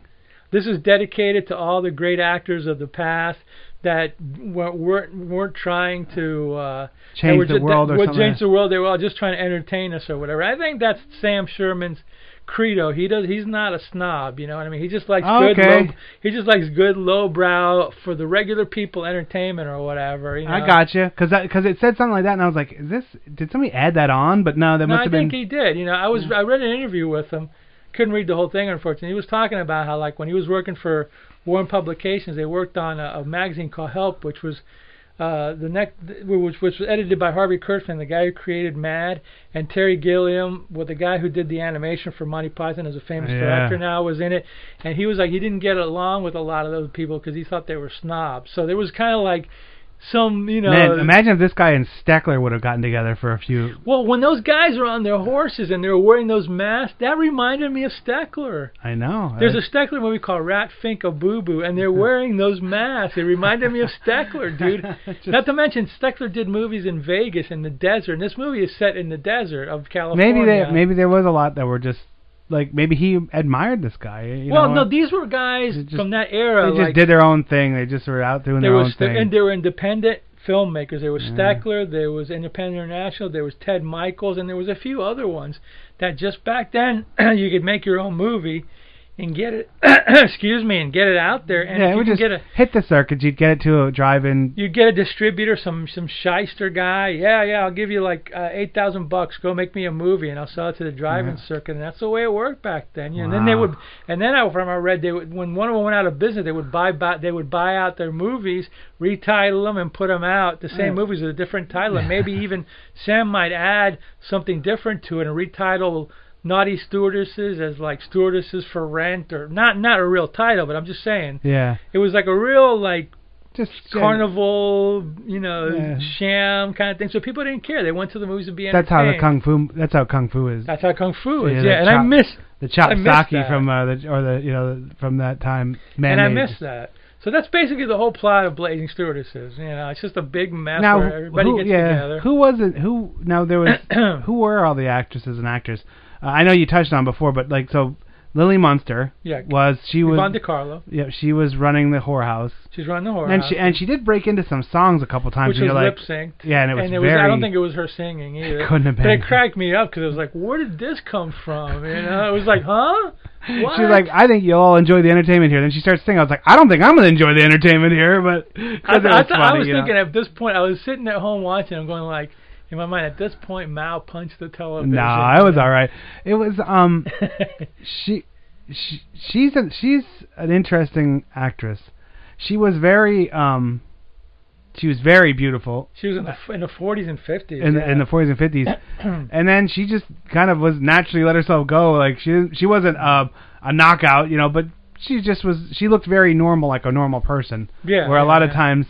B: This is dedicated to all the great actors of the past that weren't weren't, weren't trying to uh, they
A: Change
B: were
A: the
B: ju- that
A: world or
B: would
A: something.
B: Change the world. They were all just trying to entertain us or whatever. I think that's Sam Sherman's credo. He does. He's not a snob. You know what I mean? He just likes good.
A: Okay.
B: Low, he just likes good lowbrow for the regular people entertainment or whatever. You know?
A: I gotcha, because because it said something like that, and I was like, is this did somebody add that on? But no, that
B: No,
A: must
B: I
A: have been.
B: think he did. You know, I was I read an interview with him. Couldn't read the whole thing, unfortunately. He was talking about how like when he was working for Warren Publications, they worked on a, a magazine called Help, which was uh, the next, which, which was edited by Harvey Kurtzman, the guy who created Mad, and Terry Gilliam, with the guy who did the animation for Monty Python, as a famous
A: Yeah.
B: director now, was in it, and he was like he didn't get along with a lot of those people because he thought they were snobs. So there was kind of like some, you know,
A: Man, imagine if this guy and Steckler would have gotten together for a few.
B: well, when those guys are on their horses and they're wearing those masks, that reminded me of Steckler.
A: I know.
B: There's a Steckler movie called Rat Fink a Boo Boo, and they're wearing those masks. It reminded me of Steckler, dude.
A: Just-
B: Not to mention, Steckler did movies in Vegas in the desert, and this movie is set in the desert of California.
A: maybe they maybe there was a lot that were just like maybe he admired this guy. You
B: well,
A: know?
B: no, these were guys
A: They just-
B: from that
A: they
B: era.
A: just
B: like,
A: did their own thing. They just were out doing
B: there
A: their
B: was
A: own
B: th-
A: thing.
B: and they were independent filmmakers. There was Stackler, there was Independent International, there was Ted Michaels, and there was a few other ones that just back then you could make your own movie and get it. excuse me, and get it out there, and
A: yeah, it
B: if you
A: would
B: can
A: just
B: get a
A: hit the circuit. You'd get it to a drive-in.
B: you get a distributor, some some shyster guy. Yeah, yeah, I'll give you like uh, eight thousand bucks. Go make me a movie, and I'll sell it to the driving circuit. And that's the way it worked back then. You know, And then they
A: Wow.
B: would, and then I, from I read, they would when one of them went out of business, they would buy, buy they would buy out their movies, retitle them, and put them out the same movies with a different title. And maybe even Sam might add something different to it and retitle. Naughty stewardesses as like stewardesses for rent or not not a real title but I'm just saying
A: Yeah,
B: it was like a real like
A: just
B: carnival, you know,
A: Yeah.
B: sham kind of thing. So people didn't care. They went to the movies to be
A: That's how the
B: entertained.
A: kung fu. That's how kung fu is.
B: That's how kung fu is.
A: Yeah,
B: Yeah,
A: the
B: and I
A: chop-
B: miss
A: The chop
B: I missed
A: sake
B: that.
A: from uh, the or the you know from that time. Man,
B: and I miss that. So that's basically the whole plot of Blazing Stewardesses. You know, it's just a big mess
A: Now
B: where everybody
A: who,
B: gets
A: yeah,
B: together.
A: who was it? Who now there was who were all the actresses and actors? Uh, I know you touched on before, but like so, Lily Munster
B: Yeah.
A: was she was
B: Yvonne DiCarlo.
A: yeah she was running the whorehouse.
B: She's running the horror.
A: and she and she did break into some songs a couple times.
B: which
A: and
B: was
A: you're like,
B: lip synced.
A: yeah, and it was
B: And it was,
A: very.
B: I don't think it was her singing either.
A: couldn't have
B: But
A: been.
B: it cracked me up because it was like, where did this come from? You know, it was like, huh? What?
A: She's like, I think you'll all enjoy the entertainment here. Then she starts singing. I was like, I don't think I'm gonna enjoy the entertainment here, but 'cause
B: I,
A: it
B: th- I
A: was
B: thought- I
A: funny,
B: was
A: you know.
B: thinking at this point, I was sitting at home watching. I'm going like, in my mind, at this point, Mao punched the television.
A: No, nah, it was all right. It was um, she, she she's a, she's an interesting actress. She was very um, she was very beautiful
B: She was in the f- in the 40s and 50s.
A: in
B: yeah.
A: the, in the 40s and 50s, and then she just kind of was naturally let herself go. Like she didn't- she wasn't uh, a knockout, you know, but she just was. She looked very normal, like a normal person.
B: Yeah,
A: Where a
B: yeah,
A: lot of
B: yeah.
A: times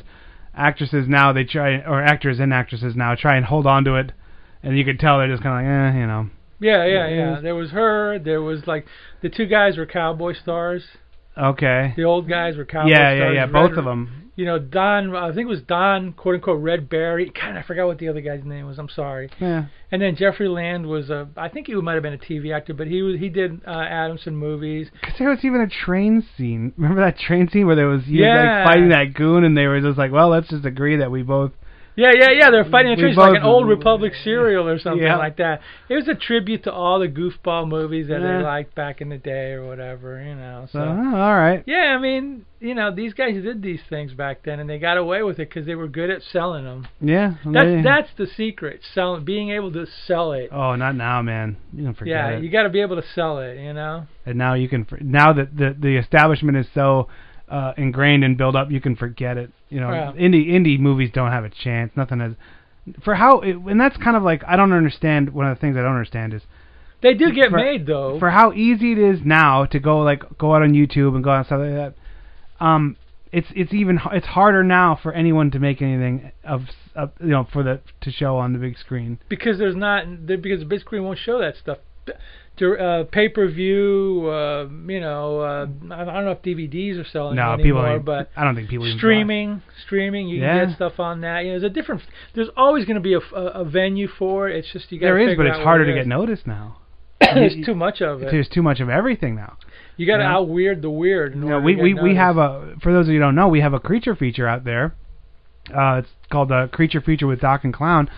A: actresses now they try or actors and actresses now try and hold on to it, and you could tell they're just kind of like, eh, you know.
B: yeah, yeah, yeah. There was her. There was like the two guys were cowboy stars.
A: Okay.
B: The old guys were cowboy
A: yeah,
B: stars.
A: yeah, yeah.
B: Red-
A: Both of them.
B: You know, Don. I think it was Don, quote unquote, Red Barry. God, I forgot what the other guy's name was. I'm sorry.
A: Yeah.
B: And then Jeffrey Land was a. I think he might have been a TV actor, but he was he did uh, Adamson movies.
A: Because there was even a train scene. Remember that train scene where there was you was,
B: Yeah.
A: like fighting that goon, and they were just like, "Well, let's just agree that we both
B: Yeah, yeah, yeah. They're fighting the
A: We
B: trees like an
A: both-
B: old Republic serial or something
A: Yeah.
B: like that. It was a tribute to all the goofball movies that
A: Yeah.
B: they liked back in the day or whatever, you know. So
A: So, oh, all right.
B: yeah, I mean, you know, these guys did these things back then, and they got away with it because they were good at selling them.
A: Yeah.
B: That's
A: yeah.
B: that's the secret, selling, being able to sell it.
A: Oh, not now, man. You can forget
B: yeah,
A: it.
B: you got to be able to sell it, you know.
A: and now you can. for- Now that the the establishment is so uh, ingrained and built up, you can forget it. You know,
B: Yeah.
A: indie indie movies don't have a chance. Nothing has. For how, it, and that's kind of like I don't understand. One of the things I don't understand is
B: They do get
A: For-
B: made though.
A: for how easy it is now to go like go out on YouTube and go out and stuff like that. Um, it's it's even h- it's harder now for anyone to make anything of, s- of you know for the to show on the big screen.
B: because there's not there- because the big screen won't show that stuff. Dir- Uh, Pay per view, uh, you know, uh, I I don't know if DVDs are selling
A: No, people.
B: anymore,
A: ain't-
B: but
A: I don't think people even buy it.
B: streaming, streaming, you
A: Yeah.
B: can get stuff on that. You know, there's a different. There's always going to be a, f- a- a venue for it. It's just you got.
A: There is, but it's harder to get noticed
B: noticed.
A: now.
B: there's too much of it.
A: There's too much of everything now.
B: You got to
A: yeah.
B: out weird the weird. In
A: You know,
B: order
A: we
B: to get
A: we, we
B: noticed.
A: have a for those of you who don't know, we have a creature feature out there. Uh, it's called the creature feature with Doc and Clown,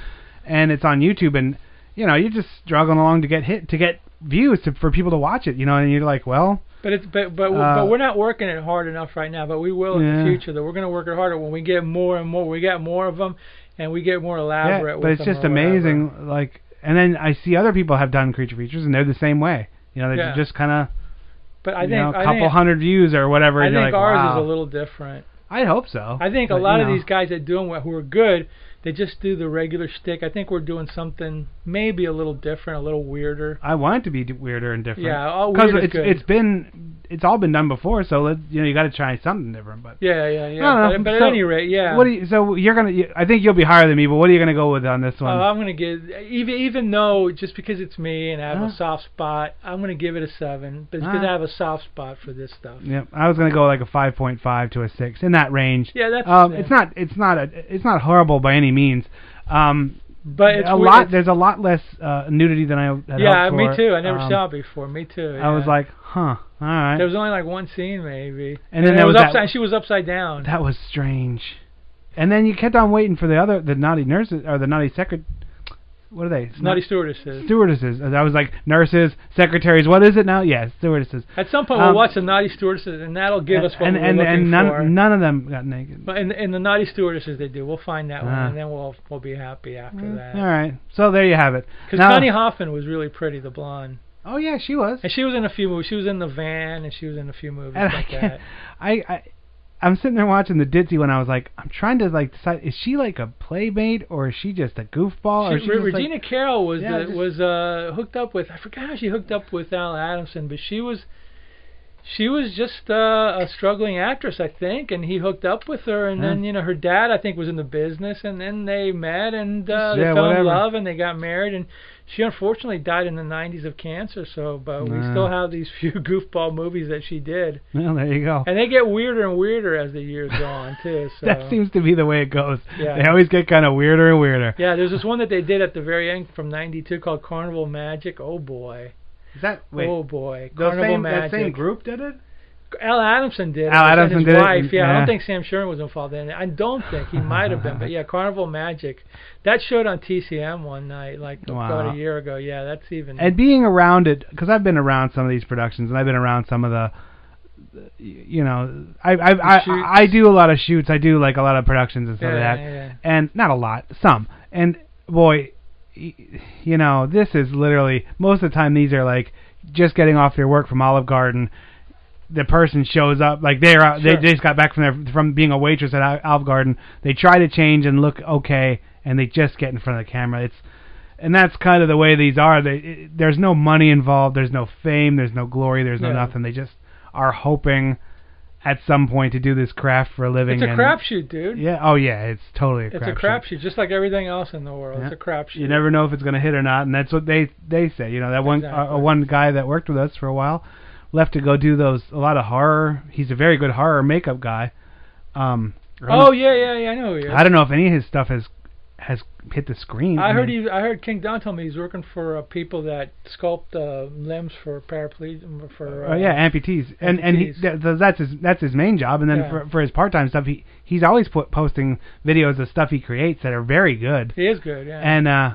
A: and it's on YouTube. And you know, you're just struggling along to get hit to get views to, for people to watch it. You know, and you're like, well,
B: But it's but but,
A: Uh,
B: but we're not working it hard enough right now. But we will
A: Yeah.
B: in the future. That we're going to work it harder when we get more and more. We got more of them, and we get more
A: yeah,
B: elaborate.
A: but
B: with
A: it's
B: them
A: just
B: or whatever.
A: amazing. Like, and then I see other people have done creature features, and they're the same way. You know, they
B: Yeah.
A: just kind of
B: But I
A: you
B: think
A: know, a
B: I
A: couple
B: think,
A: hundred views or whatever.
B: I
A: and
B: think
A: you're like,
B: ours
A: wow.
B: is a little different.
A: I hope so.
B: I think
A: But,
B: a
A: you
B: lot of
A: know.
B: these guys that doing what who are good, they just do the regular shtick. I think we're doing something maybe a little different, a little weirder.
A: I want it to be d- weirder and different.
B: Yeah, all
A: because
B: weird is
A: it's
B: good.
A: it's been it's all been done before, so let you know you got to try something different. But
B: Yeah, yeah, yeah.
A: I don't know.
B: But, but
A: So,
B: at any rate, yeah.
A: What do you, so you're gonna? You, I think you'll be higher than me, but what are you gonna go with on this
B: Oh,
A: one?
B: I'm gonna give even even though just because it's me and I have
A: Huh?
B: a soft spot, I'm gonna give it a seven. But it's because
A: Alright.
B: I have a soft spot for this stuff.
A: yeah, I was gonna go like a 5.5 to a six in that range.
B: Yeah, that's-
A: um,
B: yeah.
A: it's not it's not a, it's not horrible by any means. Um,
B: But it's
A: a
B: weird.
A: lot. There's a lot less uh, nudity than I had
B: yeah,
A: hoped
B: me
A: for.
B: too. I never
A: Um,
B: saw it before. Me too.
A: I was
B: yeah.
A: like, huh, all right.
B: there was only like one scene maybe.
A: And then
B: it
A: there was that-
B: upside. She was upside down.
A: That was strange. And then you kept on waiting for the other, the naughty nurses or the naughty secret. What are they?
B: Nutty stewardesses.
A: stewardesses. And I was like, nurses, secretaries. What is it now? Yes, stewardesses.
B: At some point,
A: Um,
B: we'll watch the Naughty Stewardesses, and that'll give
A: and,
B: us what
A: and,
B: we're
A: and,
B: looking
A: and none,
B: for.
A: none of them got naked.
B: but in, in the Naughty Stewardesses, they do. We'll find that one,
A: Ah.
B: and then we'll we'll be happy after
A: All
B: that.
A: right. So there you have it.
B: Because
A: Now-
B: Connie Hoffman was really pretty, the blonde,
A: oh yeah, she was.
B: and she was in a few movies. She was in the van, and she was in a few movies
A: And I
B: like
A: can't.
B: that.
A: I, I I'm sitting there watching the ditzy when I was like, I'm trying to like decide, is she like a playmate or is she just a goofball or is
B: She-
A: Oh, she
B: Re-
A: just, like-
B: Regina Carroll was
A: Yeah,
B: the,
A: just-
B: was uh, hooked up with I forgot how she hooked up with Al Adamson, but she was she was just uh, a struggling actress, I think, and he hooked up with her, and then you know her dad I think was in the business, and then they met and uh, they
A: Yeah,
B: fell
A: whatever.
B: in love and they got married, and she unfortunately died in the 90s of cancer, so but we
A: Nah.
B: still have these few goofball movies that she did,
A: Well, there you go.
B: and they get weirder and weirder as the years go on too. So
A: That seems to be the way it goes.
B: Yeah.
A: They always get kind of weirder and weirder.
B: yeah, there's this one that they did at the very end from '92 called Carnival Magic. Oh boy.
A: Is that wait?
B: oh boy,
A: those
B: Carnival
A: same,
B: Magic.
A: That same group did it.
B: Al Adamson did. it,
A: Al
B: and
A: Adamson
B: his
A: did it,
B: wife.
A: and-
B: yeah, I
A: yeah.
B: don't think Sam Sherman was involved in it. I don't think he might have been, but yeah, Carnival Magic. That showed on TCM one night, like
A: Wow.
B: about a year ago. Yeah, that's even.
A: and being around it because I've been around some of these productions and I've been around some of the you know I I I,
B: shoots.
A: I, do a lot of shoots I do like a lot of productions and stuff
B: Yeah,
A: like that
B: yeah, yeah.
A: and not a lot some and boy y- you know this is literally most of the time these are like just getting off your work from Olive Garden the person shows up like they're out,
B: Sure.
A: they just got back from their from being a waitress at Al- Olive Garden they try to change and look okay and they just get in front of the camera it's and that's kind of the way these are. They, it, there's no money involved. There's no fame. There's no glory. There's no
B: Yeah.
A: nothing. They just are hoping at some point to do this craft for a living.
B: it's a
A: and-
B: crapshoot, dude.
A: Yeah. Oh yeah. It's totally a
B: it's
A: crapshoot.
B: a crapshoot, just like everything else in the world.
A: Yeah.
B: It's a crapshoot.
A: You never know if it's going to hit or not, and that's what they they say. You know that one uh,
B: Exactly.
A: one guy that worked with us for a while left to go do those a lot of horror. He's a very good horror makeup guy. Um. I don't
B: Oh
A: know-
B: yeah, yeah, yeah. I know. who he is.
A: I don't know if any of his stuff has has hit the screen.
B: I heard
A: mean,
B: he. I heard King Don tell me he's working for uh, people that sculpt uh, limbs for paraplegic for. Uh,
A: Oh yeah, amputees, and and he,
B: Amputees.
A: th- th- that's his that's his main job. And then
B: Yeah.
A: for for his part time stuff, he he's always put, posting videos of stuff he creates that are very good.
B: He is good. Yeah.
A: And uh,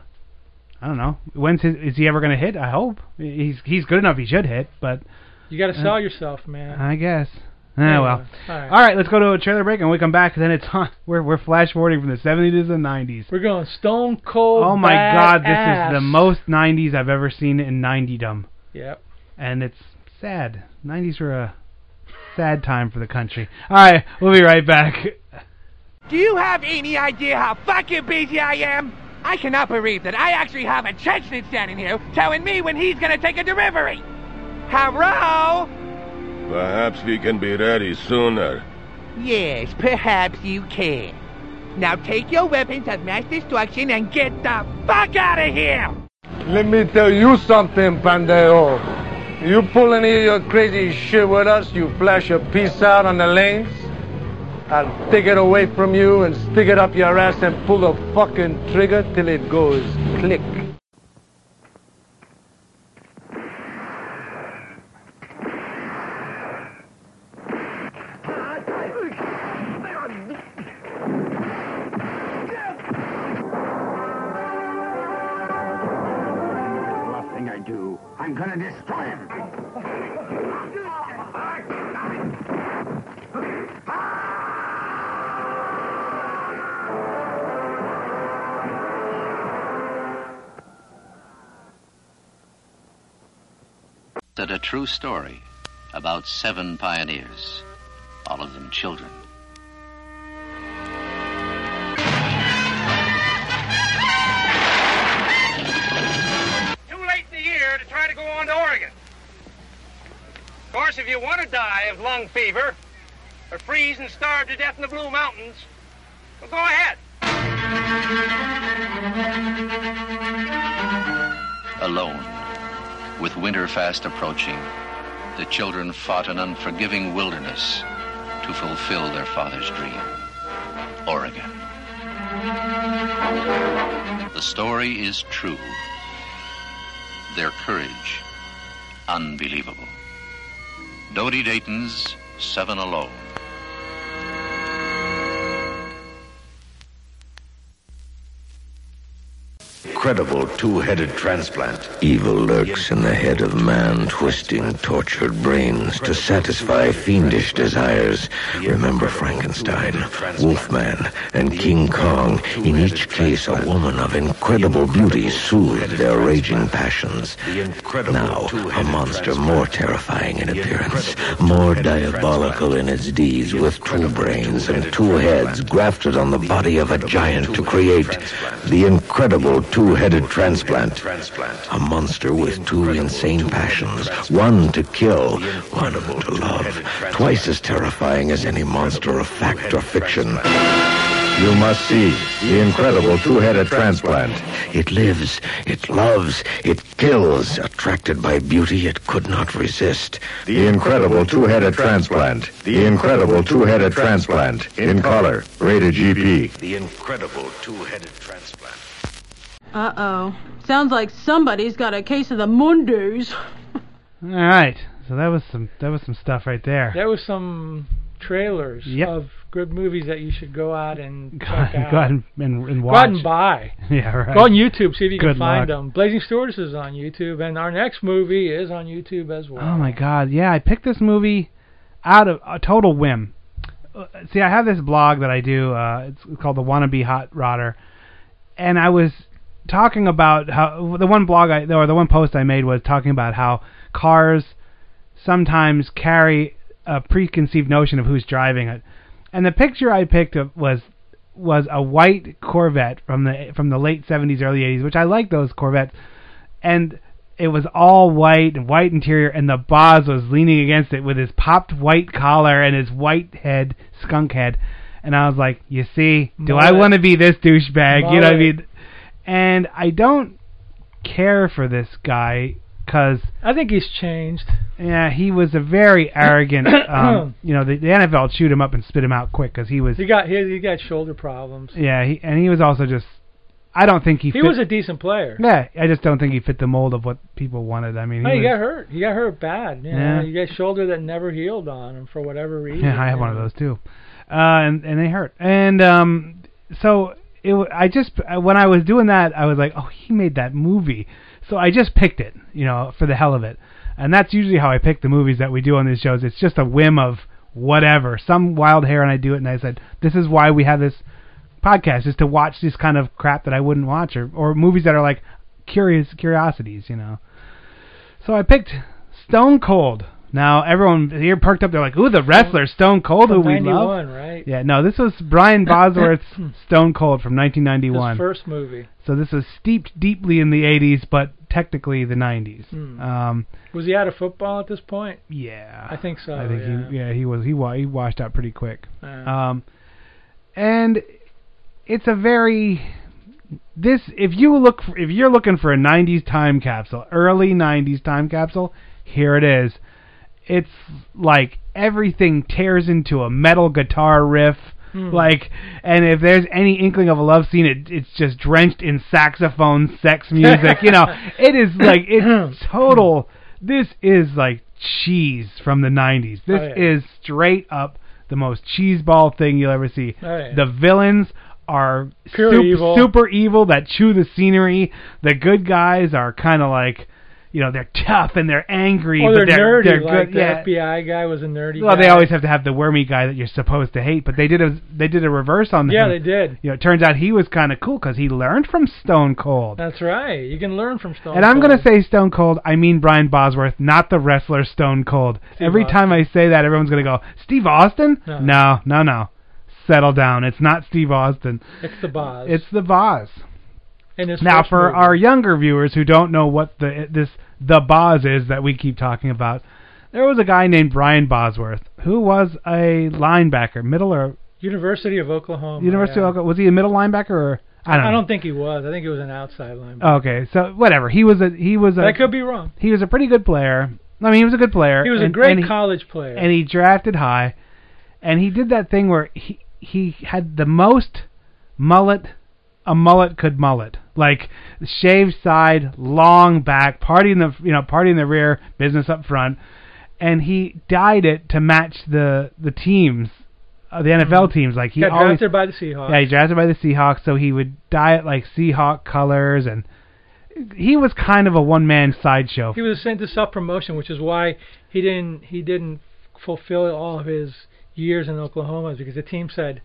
A: I don't know when's his, is he ever gonna hit? I hope he's he's good enough. He should hit, but
B: you got to sell yourself, man.
A: I guess. Ah,
B: Anyway,
A: well.
B: all right.
A: All right, let's go to a trailer break, and when we come back. Then it's on. We're we're flash forwarding from the 70s to the 90s.
B: We're going stone cold.
A: Oh my God, this is the
B: badass.
A: most 90s I've ever seen in 90dom,
B: Yep.
A: and it's sad. 90s were a sad time for the country. All right, we'll be right back.
H: Do you have any idea how fucking busy I am? I cannot believe that I actually have a Chechnya standing here telling me when he's gonna take a delivery. Hello?
I: Perhaps we can be ready sooner.
H: Yes, perhaps you can. Now take your weapons of mass destruction and get the fuck out of here!
J: Let me tell you something, Pandeo. You pull any of your crazy shit with us, you flash your piece out on the lanes, I'll take it away from you and stick it up your ass and pull the fucking trigger till it goes click.
F: Nothing I do, I'm gonna destroy him.
K: that a true story about seven pioneers, all of them children.
L: Too late in the year to try to go on to Oregon. Of course, if you want to die of lung fever or freeze and starve to death in the Blue Mountains, well, go ahead.
K: Alone, with winter fast approaching, the children fought an unforgiving wilderness to fulfill their father's dream Oregon. The story is true, their courage unbelievable. Dodie Dayton's Seven Alone.
M: Credible two headed transplant. Evil lurks in the head of man, twisting tortured brains to satisfy fiendish desires. Remember Frankenstein, Wolfman, and King Kong. In each case, a woman of incredible beauty soothed their raging passions. Now, a monster more terrifying in appearance, more diabolical in its deeds, with two brains and two heads grafted on the body of a giant to create the incredible two-headed transplant. A monster with two insane passions, one to kill, one to love, twice as terrifying as any monster of fact or fiction. You must see the incredible two-headed transplant. It lives, it loves, it kills. Attracted by beauty, it could not resist. The incredible two-headed transplant. The incredible two-headed transplant. In color, rated GP.
I: The incredible two-headed transplant.
N: Uh oh. Sounds like somebody's got a case of the Mondays.
A: All right, so that was some that was some stuff right there.
B: That was some trailers
A: Yep.
B: of good movies that you should go out and
A: Go
B: check
A: ahead
B: out.
A: and, and, and
B: Go
A: watch.
B: out and buy.
A: Yeah, right.
B: Go on YouTube, see if you
A: Good
B: can find
A: luck.
B: them. Blazing Stewardess is on YouTube, and our next movie is on YouTube as well.
A: Oh my God! Yeah, I picked this movie out of a total whim. Uh, See, I have this blog that I do. Uh, it's called the Wannabe Hot Rodder, and I was talking about how the one blog I or the one post I made was talking about how cars sometimes carry a preconceived notion of who's driving it. And the picture I picked of was was a white Corvette from the from the late 70s, early 80s, which I like those Corvettes. And it was all white and white interior, and the Boz was leaning against it with his popped white collar and his white head, skunk head. And I was like, you see, do I
O: Mullet.
A: want to be this douchebag? You know what I
O: Mullet.
A: mean? And I don't care for this guy because
B: I think he's changed.
A: Yeah, he was a very arrogant. um, you know, the, the NFL would shoot him up and spit him out quick because he was.
B: He got he, he got shoulder problems.
A: Yeah, he, and he was also just I don't think he.
B: He
A: fit-
B: was a decent player.
A: Yeah, I just don't think he fit the mold of what people wanted. I mean,
B: No, he
A: was-
B: got hurt. He got hurt bad. You
A: Yeah.
B: know, you got shoulder that never healed on him for whatever reason.
A: Yeah, I have
B: you
A: one of
B: know.
A: those too, uh, and and they hurt. And um, so it, w- I just uh, when I was doing that, I was like, oh, he made that movie, so I just picked it, you know, for the hell of it. And that's usually how I pick the movies that we do on these shows. It's just a whim of whatever, some wild hair, and I do it. And I said, this is why we have this podcast, is to watch this kind of crap that I wouldn't watch, or or movies that are like curious curiosities, you know. So I picked Stone Cold. Now everyone here perked up. They're like, "Ooh, the wrestler Stone Cold, who
B: From
A: we love."
B: 91, right?
A: Yeah, no, this was Brian Bosworth's Stone Cold from
B: His
A: 1991.
B: first movie.
A: So this was steeped deeply in the 80s, but technically the 90s.
B: Hmm.
A: Um,
B: Was he out of football at this point?
A: Yeah.
B: I think so.
A: I think
B: yeah.
A: he, yeah, he was he wa- he washed out pretty quick.
B: Yeah.
A: Um, and it's a very this if you look for, if you're looking for a 90s time capsule, early 90s time capsule, here it is. It's like everything tears into a metal guitar riff.
B: Hmm.
A: Like, and if there's any inkling of a love scene, it, it's just drenched in saxophone, sex music. you know, it is like it's total. This is like cheese from the '90s. This
B: Oh, yeah.
A: is straight up the most cheeseball thing you'll ever see.
B: Oh, yeah.
A: The villains are
B: Pure
A: sup-
B: evil.
A: super evil that chew the scenery. The good guys are kind of like, you know, they're tough and they're angry,
B: Oh, they're,
A: but they're
B: nerdy.
A: they're
B: like
A: good.
B: the
A: yeah.
B: FBI guy was a nerdy.
A: Well,
B: guy.
A: they always have to have the wormy guy that you're supposed to hate, but they did a they did a reverse on
B: Yeah,
A: him.
B: they did.
A: You know, it turns out he was kind of cool because he learned from Stone Cold.
B: That's right. You can learn from Stone.
A: And I'm gonna
B: Cold.
A: say Stone Cold. I mean Brian Bosworth, not the wrestler Stone Cold.
B: Steve
A: Every
B: Austin.
A: time I say that, everyone's gonna go, Steve Austin?
B: No.
A: no, no. no. Settle down. It's not Steve Austin.
B: it's the boss.
A: It's the Boz.
B: and his
A: Now,
B: first
A: for
B: movie.
A: our younger viewers who don't know what the this the Boz is that we keep talking about, there was a guy named Brian Bosworth who was a linebacker, middle or
B: University of Oklahoma.
A: University
B: yeah.
A: of Oklahoma. Was he a middle linebacker or I don't know.
B: think he was. I think he was an outside linebacker.
A: Okay, so whatever. He was a he was a
B: But I could be wrong.
A: he was a pretty good player. I mean, he was a good player.
B: He was a
A: and-
B: great
A: and he-
B: college player.
A: and he drafted high, and he did that thing where he he had the most mullet a mullet could mullet, like shaved side, long back, party in the you know party in the rear, business up front, and he dyed it to match the the teams, uh, the NFL teams. Like he
B: Mm-hmm. got
A: always
B: drafted by the Seahawks.
A: yeah, he drafted by the Seahawks, so he would dye it like Seahawk colors, and he was kind of a one man sideshow.
B: he was sent to self promotion, which is why he didn't he didn't fulfill all of his years in Oklahoma because the team said,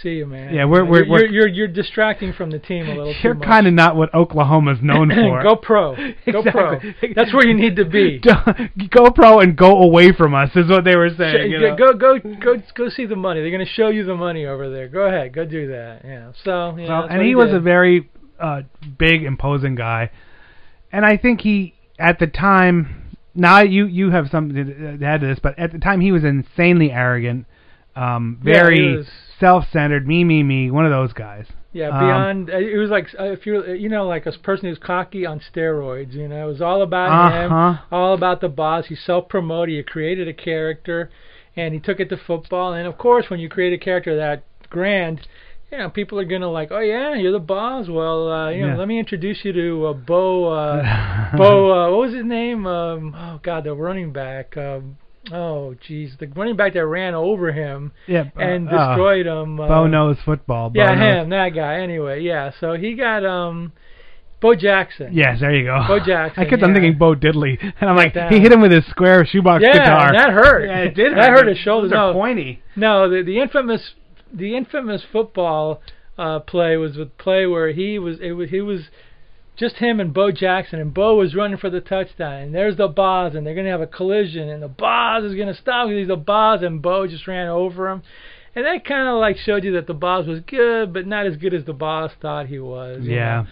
B: "See you, man."
A: Yeah, we're-
B: You know,
A: we're-
B: you're,
A: we're-
B: you're, you're distracting from the team a little
A: You're
B: too much.
A: kind of not what Oklahoma's known for.
B: Go pro. Go pro.
A: Exactly.
B: That's where you need to be.
A: Don't- go pro and go away from us is what they were
B: Sh-
A: saying. you know?
B: go go go go see the money. They're going to show you the money over there. Go ahead, go do that. Yeah. So yeah.
A: Well,
B: that's
A: and
B: what
A: he, was
B: did.
A: a very uh, big, imposing guy, and I think he at the time. Now you you have something to add to this, but at the time he was insanely arrogant, um,
B: Yeah, he
A: very
B: was-
A: self-centered, me me me, one of those guys.
B: Yeah,
A: Um,
B: beyond uh, it was like uh, if you're uh, you know like a person who's cocky on steroids. You know, it was all about him,
A: Uh-huh.
B: all about the boss. He self-promoted. He created a character, and he took it to football. And of course, when you create a character that grand, you know people are gonna like, oh yeah, you're the boss. Well, uh, you know,
A: Yeah.
B: let me introduce you to uh, Bo. Uh, Bo, uh, what was his name? Um, oh God, the running back. Um, oh geez, the running back that ran over him
A: Yeah,
B: and
A: uh, uh,
B: destroyed him. Uh,
A: Bo knows football. Bo
B: yeah,
A: knows-
B: him, that guy. Anyway, yeah. So he got um, Bo Jackson.
A: Yes, there you go.
B: Bo Jackson,
A: I kept on
B: yeah.
A: thinking Bo Diddley, and I'm like,
B: that.
A: he hit him with his square shoebox
B: yeah,
A: guitar.
B: that hurt.
A: Yeah, it did.
B: That
A: hurt
B: hurt his shoulders.
A: Those are
B: No,
A: pointy.
B: no, the the infamous the infamous football uh, play was with play where he was it was he was just him and Bo Jackson and Bo was running for the touchdown and there's the Boz and they're gonna have a collision and the Boz is gonna stop because he's the Boz and Bo just ran over him. And that kind of like showed you that the Boz was good, but not as good as the Boz thought he was. you know?
A: Yeah.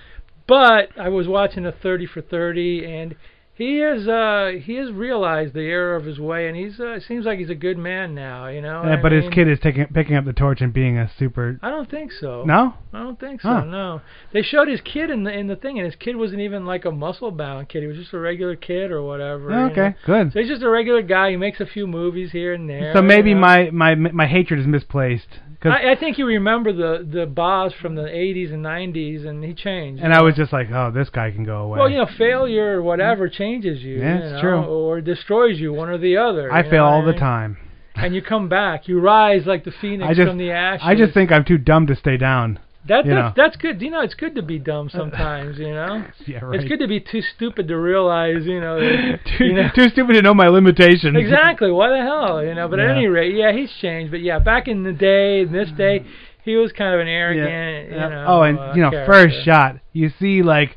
B: But I was watching a 30 for 30, and he is uh he has realized the error of his way, and he's uh, seems like he's a good man now. You know.
A: Yeah,
B: I
A: Uh, but his
B: mean,
A: kid is taking picking up the torch and being a super.
B: I don't think so.
A: No?
B: I don't think so.
A: Huh.
B: No. They showed his kid in the in the thing, and his kid wasn't even like a muscle bound kid. He was just a regular kid or whatever. you
A: Okay,
B: know.
A: good.
B: So he's just a regular guy. He makes a few movies here and there.
A: So
B: you
A: maybe
B: know.
A: my my my hatred is misplaced
B: I, I think you remember the the Boz from the 80s and 90s, and he changed.
A: And I was just like, oh, this guy can go away.
B: Well, you know, failure or whatever changes you.
A: Mm. Yeah,
B: you
A: it's
B: know,
A: true.
B: Or destroys you, one or the other.
A: I
B: you
A: fail
B: know
A: all
B: what I
A: the
B: mean?
A: time.
B: And you come back. You rise like the phoenix
A: I just,
B: from the ashes.
A: I just think I'm too dumb to stay down.
B: That, that's,
A: you know.
B: that's good. You know, it's good to be dumb sometimes, you know?
A: yeah,
B: It's
A: right.
B: good to be too stupid to realize, you know. that-
A: too,
B: you know
A: too stupid to know my limitations.
B: Exactly. What the hell, you know? But
A: Yeah.
B: at any rate, yeah, he's changed. But yeah, back in the day, in this day, he was kind of an arrogant,
A: Mm. Yeah.
B: you know.
A: oh, and
B: uh,
A: you know,
B: character.
A: first shot, you see like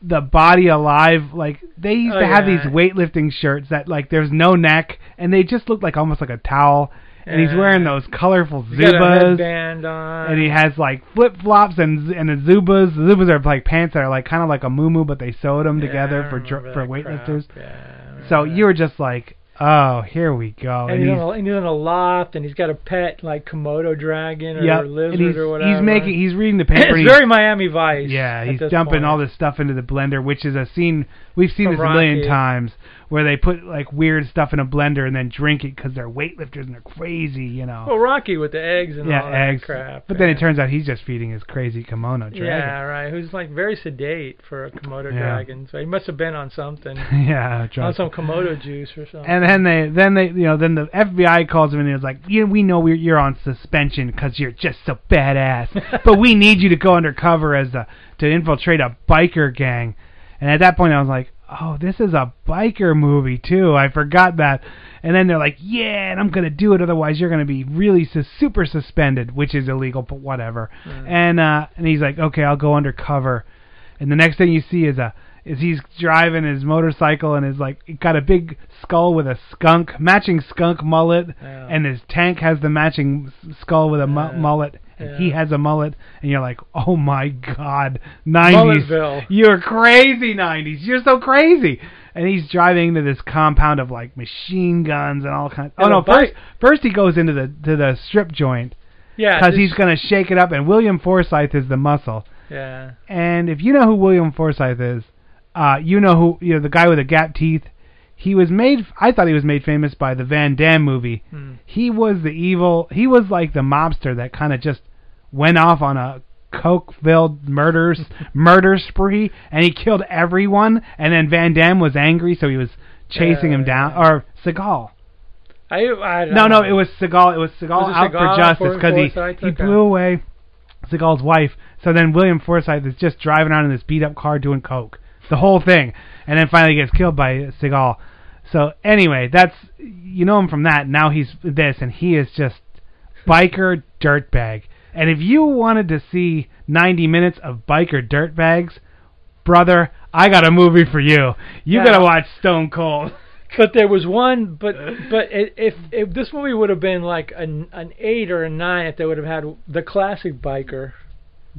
A: the body alive. Like they used
B: Oh,
A: to have
B: yeah.
A: these weightlifting shirts that like there's no neck, and they just look like almost like a towel. And he's
B: Yeah.
A: wearing those colorful
B: He's got a
A: zubas,
B: headband on.
A: and he has like flip flops and z- and the zubas. The zubas are like pants that are like kind of like a muumuu, but they sewed them
B: Yeah,
A: together
B: I
A: for dr-
B: remember
A: for
B: that
A: weightlifters.
B: crap. Yeah.
A: So you were just like, oh, here we go.
B: And he's,
A: he's-
B: on a, and he's on a loft, and he's got a pet like Komodo dragon or
A: Yep, and
B: lizard
A: he's-
B: or
A: he's
B: whatever.
A: making- he's reading the paper,
B: it's
A: he's-
B: very Miami Vice.
A: Yeah,
B: at
A: he's
B: this
A: dumping
B: point.
A: all this stuff into the blender, which is a scene we've seen
B: From
A: this a million
B: Rocky.
A: times, where they put like weird stuff in a blender and then drink it because they're weightlifters and they're crazy, you know.
B: Well, Rocky with the eggs and
A: yeah,
B: all
A: eggs.
B: Oh, that crap.
A: but then it turns out he's just feeding his crazy kimono dragon.
B: Yeah, right. Who's like very sedate for a Komodo
A: Yeah.
B: dragon. So he must have been on something.
A: Yeah,
B: on
A: drugs.
B: some Komodo juice or something.
A: And then they, then they, you know, then the FBI calls him and he's like, "Yeah, we know we're, you're on suspension because you're just so badass, but we need you to go undercover as a to infiltrate a biker gang." And at that point, I was like, "Oh, this is a biker movie too. I forgot that." And then they're like, "Yeah, and I'm gonna do it, otherwise you're gonna be really sus- super suspended, which is illegal, but whatever." And uh, and he's like, "Okay, I'll go undercover." And the next thing you see is a is he's driving his motorcycle and is like got a big skull with a skunk matching skunk mullet, and his tank has the matching s- skull with a mu- mullet, and he has a mullet, and you're like, oh my god, nineties,
B: Mulletville.
A: you're crazy nineties, you're so crazy. And he's driving into this compound of like machine guns and all kinds.
B: And
A: oh
B: a
A: no!
B: bike.
A: First, first he goes into the to the strip joint
B: yeah,
A: because
B: this-
A: he's gonna shake it up, and William Forsythe is the muscle.
B: yeah.
A: And if you know who William Forsythe is, uh, you know who you know the guy with the gap teeth. He was made. I thought he was made famous by the Van Damme movie. He was the evil. He was like the mobster that kind of just went off on a coke-filled murders murder spree, and he killed everyone. And then Van Damme was angry, so he was chasing him down. Or Seagal.
B: I, I don't
A: No,
B: know.
A: no, it was Seagal. It was Seagal
B: Um, Was it
A: out
B: Seagal,
A: for justice
B: Forsythe,
A: because
B: Forsythe?
A: he, he
B: Okay.
A: blew away Seagal's wife. So then William Forsythe is just driving around in this beat up car doing coke, the whole thing, and then finally gets killed by Seagal. So anyway, that's you know him from that. Now he's this, and he is just biker dirtbag. And if you wanted to see 90 minutes of biker dirtbags, brother, I got a movie for you. You
B: Yeah.
A: gotta watch Stone Cold.
B: But there was one. But but i if if this movie would have been like an an eight or a nine, if they would have had the classic biker,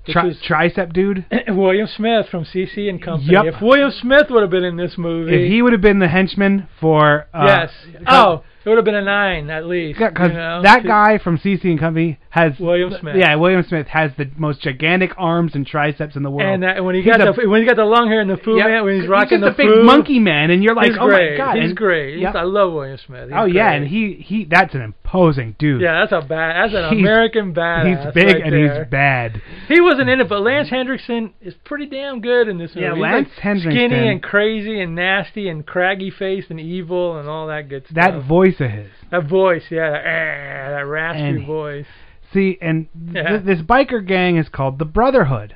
B: which
A: Tri-
B: was
A: tricep dude.
B: William Smith from CC and Company.
A: Yep.
B: If William Smith would have been in this movie,
A: If he would have been the henchman for uh,
B: yes. Oh, it would have been a nine at least.
A: Yeah, 'cause
B: you know?
A: that
B: She-
A: guy from CC and Company has
B: William Smith.
A: Yeah, William Smith has the most gigantic arms and triceps in the world.
B: And that, when he
A: He's
B: got
A: a-
B: the when he got the long hair and the foo
A: yeah,
B: man when he's rocking
A: just
B: the
A: a big
B: Foo,
A: monkey man, and you're like,
B: he's
A: oh my
B: great.
A: god,
B: he's
A: and-
B: great. He's-
A: yeah.
B: I love William Smith. He's
A: oh yeah,
B: great.
A: and he he that's an imposing dude.
B: yeah, that's a bad. That's an
A: He's-
B: American badass.
A: he's big
B: right
A: and
B: there.
A: he's bad.
B: He wasn't in it, but Lance Hendrickson is pretty damn good in this movie.
A: Yeah,
B: He's,
A: Lance
B: like
A: Hendrickson-
B: skinny and crazy and nasty and craggy faced and evil and all that good
A: That
B: stuff.
A: voice of his.
B: that voice, yeah, that, "Ah," that raspy
A: And-
B: voice.
A: See, and
B: Yeah.
A: th- this biker gang is called the Brotherhood,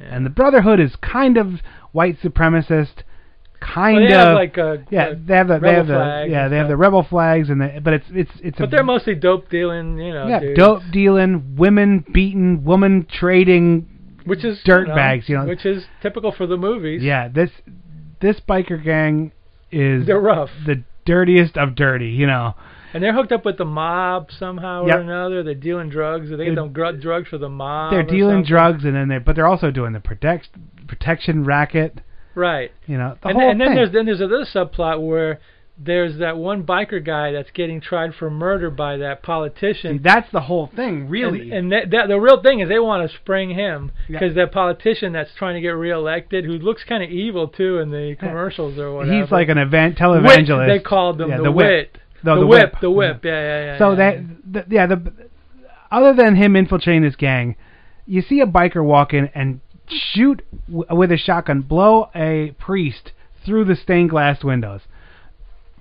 A: and the Brotherhood is kind of white supremacist, kind
B: Well, they
A: of
B: have like a,
A: yeah,
B: a
A: they have the they
B: rebel
A: have the
B: flag
A: yeah
B: and
A: they have the
B: stuff.
A: rebel flags and the, but it's it's it's a
B: But they're mostly dope dealing, you know.
A: yeah,
B: dudes.
A: dope dealing, women beaten, woman trading.
B: which is
A: dirt bags, you know.
B: which is typical for the movies.
A: Yeah, this this biker gang is
B: They're rough.
A: the dirtiest of dirty, you know.
B: and they're hooked up with the mob somehow
A: Yep.
B: or another. They're dealing drugs, or they
A: They're-
B: get them gr- drugs for the mob.
A: they're
B: or
A: dealing
B: something.
A: drugs and then they but they're also doing the protect protection racket,
B: right?
A: you know, the
B: and,
A: whole
B: and then
A: thing.
B: there's then there's another subplot where there's that one biker guy that's getting tried for murder by that politician.
A: that's the whole thing, really.
B: And, and that, that, the real thing is they want to spring him
A: Yeah.
B: because that politician that's trying to get reelected, who looks kind of evil too in the commercials or whatever.
A: He's like an event
B: Wit,
A: televangelist.
B: They called them
A: yeah,
B: the,
A: the whip.
B: wit.
A: No,
B: the,
A: the
B: whip.
A: whip.
B: The whip. Yeah, yeah, yeah.
A: so
B: yeah.
A: that, th- yeah, the other than him infiltrating this gang, you see a biker walk in and shoot w- with a shotgun, blow a priest through the stained glass windows.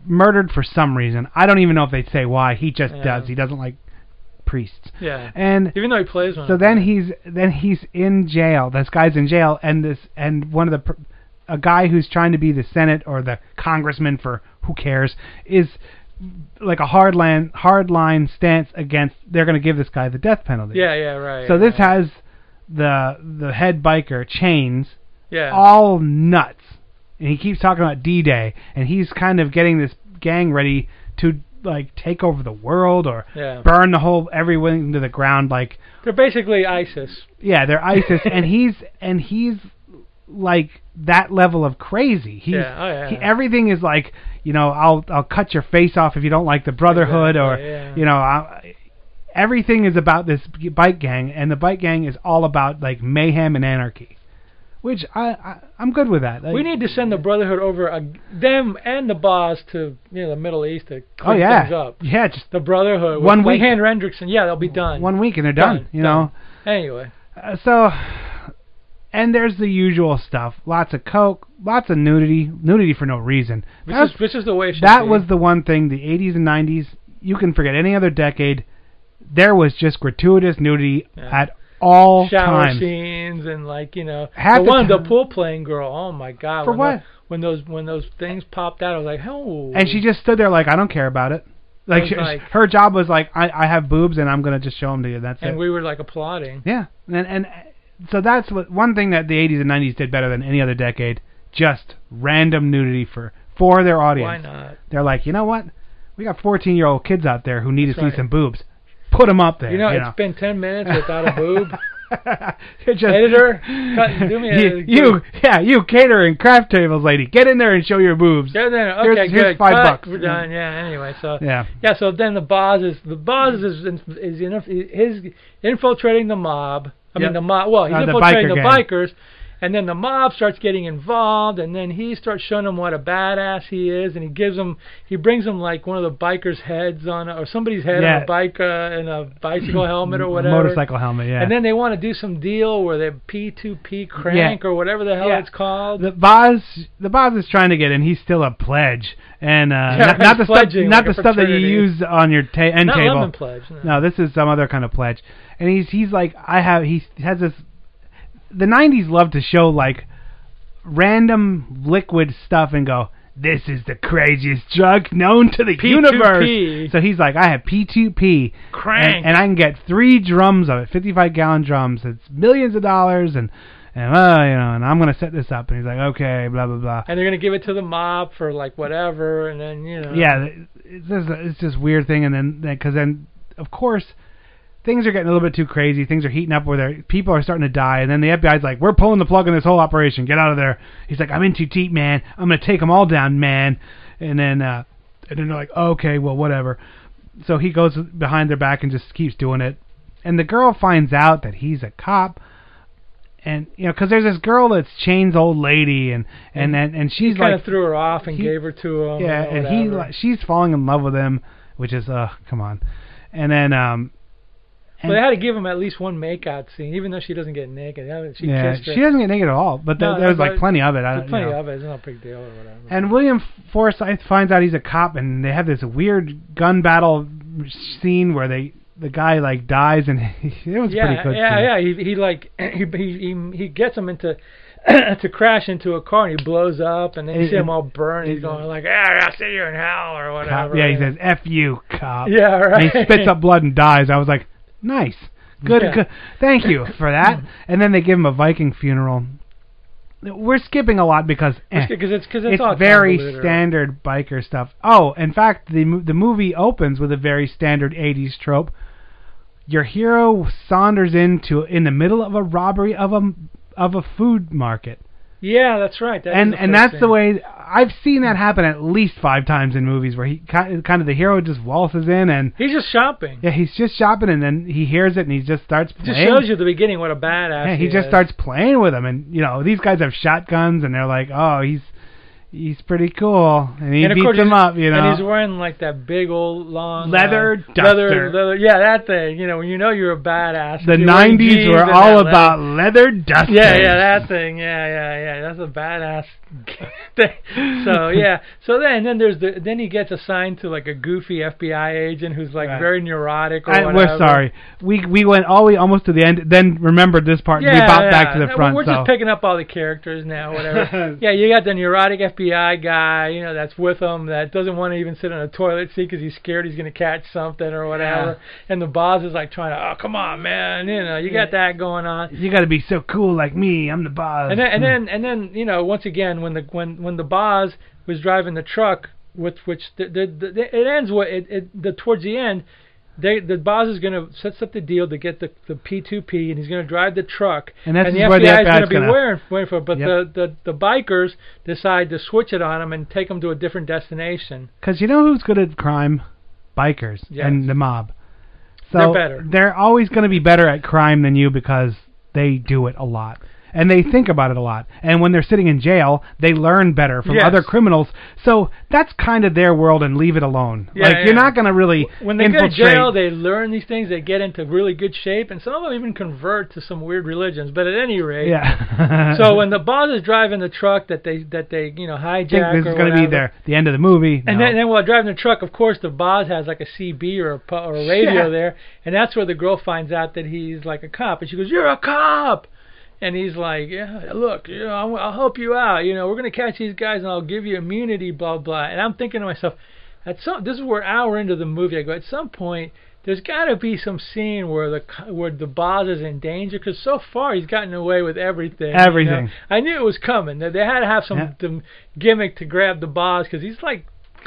A: Murdered for some reason. I don't even know if they say why. He just
B: Yeah.
A: does. He doesn't like priests.
B: Yeah.
A: And
B: even though he plays one.
A: So then he's then he's in jail. This guy's in jail, and this and one of the pr- a guy who's trying to be the Senate or the congressman for who cares is like a hard line hard line stance against. They're going to give this guy the death penalty.
B: Yeah, yeah, right.
A: so this
B: right.
A: has the the head biker chains
B: Yeah.
A: all nuts, and he keeps talking about D Day, and he's kind of getting this gang ready to like take over the world or
B: Yeah.
A: burn the whole everything to the ground like
B: They're basically ISIS.
A: yeah, they're ISIS, and he's and he's like that level of crazy. He's,
B: Yeah, oh, yeah.
A: He, everything is like, you know, I'll I'll cut your face off if you don't like the Brotherhood, or
B: Exactly, yeah.
A: you know, I, everything is about this bike gang, and the bike gang is all about like mayhem and anarchy, which I, I I'm good with that. Like,
B: we need to send the Brotherhood over, uh, them and the Boz to you know the Middle East to
A: oh
B: clean things
A: yeah,
B: up.
A: yeah, just
B: The Brotherhood. with
A: One
B: like
A: week.
B: Hand Hendrickson. Yeah, they'll be done.
A: one week and they're
B: Done,
A: done. you know.
B: Anyway.
A: Uh, so and there's the usual stuff lots of coke lots of nudity nudity for no reason
B: Which
A: That's-
B: is, which is the way it should
A: that
B: be.
A: was the one thing the 80s and 90s you can forget any other decade there was just gratuitous nudity
B: Yeah.
A: at all
B: shower
A: times
B: scenes and like you know
A: Half
B: the,
A: the
B: one
A: time-
B: the pool playing girl. Oh my god!
A: For
B: when
A: what?
B: the- when those when those things popped out, I was like, oh.
A: and she just stood there like i don't care about it like,
B: was
A: she-
B: like-
A: her job was like I, I have boobs and i'm going to just show them to you that's
B: and
A: it
B: we were like applauding.
A: yeah and and uh, so that's what one thing that the 80s and 90s did better than any other decade just random nudity for for their audience
B: Why not?
A: They're like, you know what? We got 14 year old kids out there who need to
B: right.
A: see some boobs. Put them up there.
B: You know,
A: you
B: it's been ten minutes without a boob.
A: They're just-
B: Editor, cut, do me a
A: you, you, yeah, you catering craft tables lady, get in there and show your boobs.
B: Yeah, then, okay,
A: Here's- here's
B: good.
A: five
B: cut,
A: bucks.
B: We're done. Yeah. Anyway, so
A: Yeah.
B: yeah. So then the boss is the boss is in- is in, his infiltrating the mob. I
A: Yep.
B: mean the mob. Well, he's
A: Uh, the
B: infiltrating
A: biker
B: the,
A: gang.
B: bikers, and then the mob starts getting involved, and then he starts showing them what a badass he is, and he gives them he brings them like one of the bikers' heads on a, or somebody's head on
A: Yeah.
B: a bike uh, and a bicycle helmet or
A: A
B: whatever.
A: Motorcycle helmet, yeah.
B: And then they want to do some deal where they P2P crank or whatever the hell
A: Yeah.
B: it's called.
A: the Boz, the Boz is trying to get in. He's still a pledge, and uh, not, not the
B: he's
A: stuff,
B: pledging
A: not
B: like
A: the
B: a
A: stuff that you
B: fraternity.
A: use on your ta- end
B: Not
A: table.
B: lemon pledge, no.
A: No, this is some other kind of pledge. And he's he's like I have he has this the 90s love to show like random liquid stuff and go this is the craziest drug known to the universe. So he's like I have P2P
B: Crank.
A: and, and I can get 3 drums of it, 55 gallon drums. It's millions of dollars and and uh, you know, and I'm going to set this up and he's like okay, blah blah blah.
B: and they're gonna give it to the mob for like whatever, and then you know.
A: yeah, th- it's just it's this weird thing, and then because then of course things are getting a little bit too crazy. Things are heating up where they're- people are starting to die, and then the FBI's like, "We're pulling the plug on this whole operation. Get out of there." He's like, "I'm in too deep, man. I'm gonna take them all down, man." And then uh, and then they're like, "Okay, well, whatever." So he goes behind their back and just keeps doing it, and the girl finds out that he's a cop. And you know, 'cause there's this girl that's Chain's old lady, and and and, and she's
B: kind
A: like
B: of threw her off and
A: he-
B: gave her to him.
A: yeah,
B: and,
A: and he
B: whatever.
A: like she's falling in love with him, which is uh come on. And then um
B: Well, they had to give him at least one makeout scene, even though she doesn't get naked. I mean, She
A: yeah,
B: kissed her.
A: she doesn't get naked at all, but
B: No,
A: th- there was
B: but
A: like plenty of it. I,
B: there's
A: don't- you
B: plenty
A: know.
B: of it. It's not a big deal or whatever.
A: And William Forsythe finds out he's a cop, and they have this weird gun battle scene where they the guy like dies, and it was
B: yeah,
A: pretty good.
B: yeah,
A: scene.
B: yeah. He he like he he he, he gets him into to crash into a car and he blows up and then you
A: It-
B: see him
A: it-
B: all burned. He's
A: it-
B: going like, "Ah, I'll see you in hell" or
A: Cop-
B: whatever.
A: yeah, he says "f you, cop."
B: Yeah, right.
A: And he spits up blood and dies. I was like, nice, good,
B: Yeah.
A: good. Thank you for that. and then they give him a Viking funeral. We're skipping a lot because eh.
B: because it's because it's, all
A: very
B: convoluted.
A: standard biker stuff. Oh, in fact, the mo- the movie opens with a very standard 80s trope. Your hero saunders into in the middle of a robbery of a m- of a food market.
B: Yeah, that's right. That is
A: and
B: the
A: and
B: first
A: that's the
B: scene.
A: way I've seen that happen at least 5 times in movies where he ki- kind of the hero just waltzes in and
B: he's just shopping.
A: yeah, he's just shopping and then he hears it and he just starts
B: It just
A: playing.
B: shows you at the beginning what a badass.
A: Yeah, he
B: is.
A: just starts playing with him, and you know these guys have shotguns, and they're like, oh, he's He's pretty cool, and he
B: and of
A: beats
B: course
A: him
B: he's-
A: up, you know.
B: And he's wearing like that big old long
A: Leather
B: uh, leather,
A: duster.
B: leather, yeah, that thing. You know, when you know you're a badass.
A: the
B: You're
A: '90s
B: wearing jeans
A: were
B: and
A: all
B: that
A: about
B: leather-
A: leather dusters.
B: Yeah, yeah, that thing. Yeah, yeah, yeah. That's a badass thing. So yeah. So then, then there's the then he gets assigned to like a goofy FBI agent who's like very neurotic or
A: I,
B: whatever.
A: we're sorry. We we went all the way almost to the end. Then remembered this part. and we bopped back to the
B: Uh,
A: front.
B: We're
A: so.
B: just picking up all the characters now, whatever. yeah, you got the neurotic FBI guy, you know, that's with him that doesn't want to even sit on a toilet seat because he's scared he's going to catch something or whatever. And the boss is like trying to, oh come on, man, you know, you got that going on.
A: you got to be so cool like me. I'm the boss.
B: And then, and then, and then, you know, once again, when the when when the Boz was driving the truck, with which the, the, the, it ends with it, it the towards the end, they the Boz is gonna sets up the deal to get the the P2P, and he's gonna drive the truck,
A: And this
B: the
A: is where the
B: FBI
A: FBI
B: is gonna
A: is
B: be
A: gonna-
B: wearing, wearing for, it, but
A: Yep.
B: the, the the bikers decide to switch it on him and take him to a different destination.
A: Because you know who's good at crime? Bikers
B: Yes.
A: and the mob. So
B: They're better.
A: They're always going to be better at crime than you because they do it a lot. And they think about it a lot. And when they're sitting in jail, they learn better from
B: Yes.
A: other criminals. So that's kind of their world and leave it alone.
B: Yeah,
A: like,
B: yeah.
A: you're not going to really
B: When they
A: infiltrate.
B: go to jail, they learn these things. They get into really good shape, and some of them even convert to some weird religions. But at any rate,
A: yeah.
B: so when the boss is driving the truck that they that they you know
A: I think
B: hijack
A: this is
B: or
A: going to be
B: whatever,
A: their the end of the movie.
B: And
A: No.
B: then, then while driving the truck, of course, the boss has like a CB or a, pu- or a radio
A: Yeah.
B: there, and that's where the girl finds out that he's like a cop, and she goes, "You're a cop," and he's like, "Yeah, look, you know, I'll, I'll help you out. You know, we're gonna catch these guys, and I'll give you immunity, blah blah." And I'm thinking to myself, at some, this is where an hour into the movie, I go, at some point, there's got to be some scene where the co- where the boss is in danger, because so far he's gotten away with everything. you know?
A: Everything.
B: I knew it was coming. They they had to have some
A: Yeah.
B: some gimmick to grab the boss, because he's like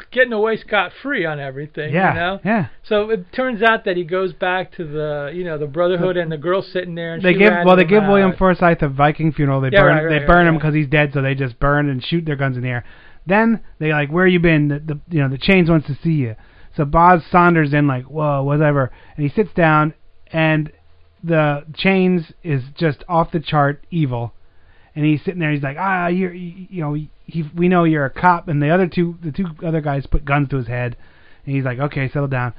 B: getting away scot free on everything.
A: yeah,
B: You know?
A: yeah.
B: So it turns out that he goes back to the you know the Brotherhood and the girl sitting there. And
A: They
B: she
A: give
B: ratted
A: well, they
B: him
A: give
B: out.
A: William Forsythe a Viking funeral. They
B: Yeah,
A: burn
B: right,
A: they
B: right,
A: burn
B: right,
A: him
B: right.
A: because he's dead, so they just burn and shoot their guns in the air. Then they like, where you been? The, the you know the chains wants to see you. So Boz Saunders in like, whoa, whatever, and he sits down, and the chains is just off the chart evil, and he's sitting there. He's like, ah, you're you, you know he we know you're a cop, and the other two the two other guys put guns to his head, and he's like, okay, settle down.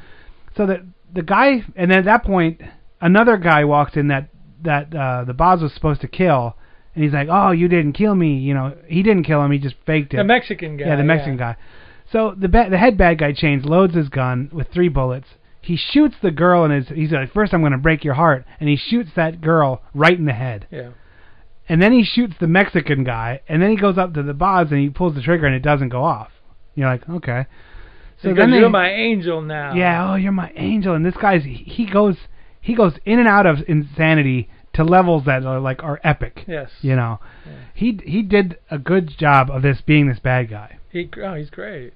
A: So the the guy, and then at that point, another guy walks in that that uh, the boss was supposed to kill, and he's like, "Oh, you didn't kill me." You know, he didn't kill him. He just faked it.
B: The Mexican guy,
A: Yeah, the Mexican guy. So the ba- the head bad guy chains loads his gun with three bullets. He shoots the girl, and his, he's like, first I'm going to break your heart," and he shoots that girl right in the head.
B: Yeah.
A: And then he shoots the Mexican guy, and then he goes up to the boss and he pulls the trigger, and it doesn't go off. You're like, okay.
B: So
A: then they-
B: you're my angel now.
A: yeah, oh, you're my angel, and this guy's he goes he goes in and out of insanity to levels that are like are epic.
B: Yes.
A: You know, he he did a good job of this being this bad guy.
B: He, oh, he's great.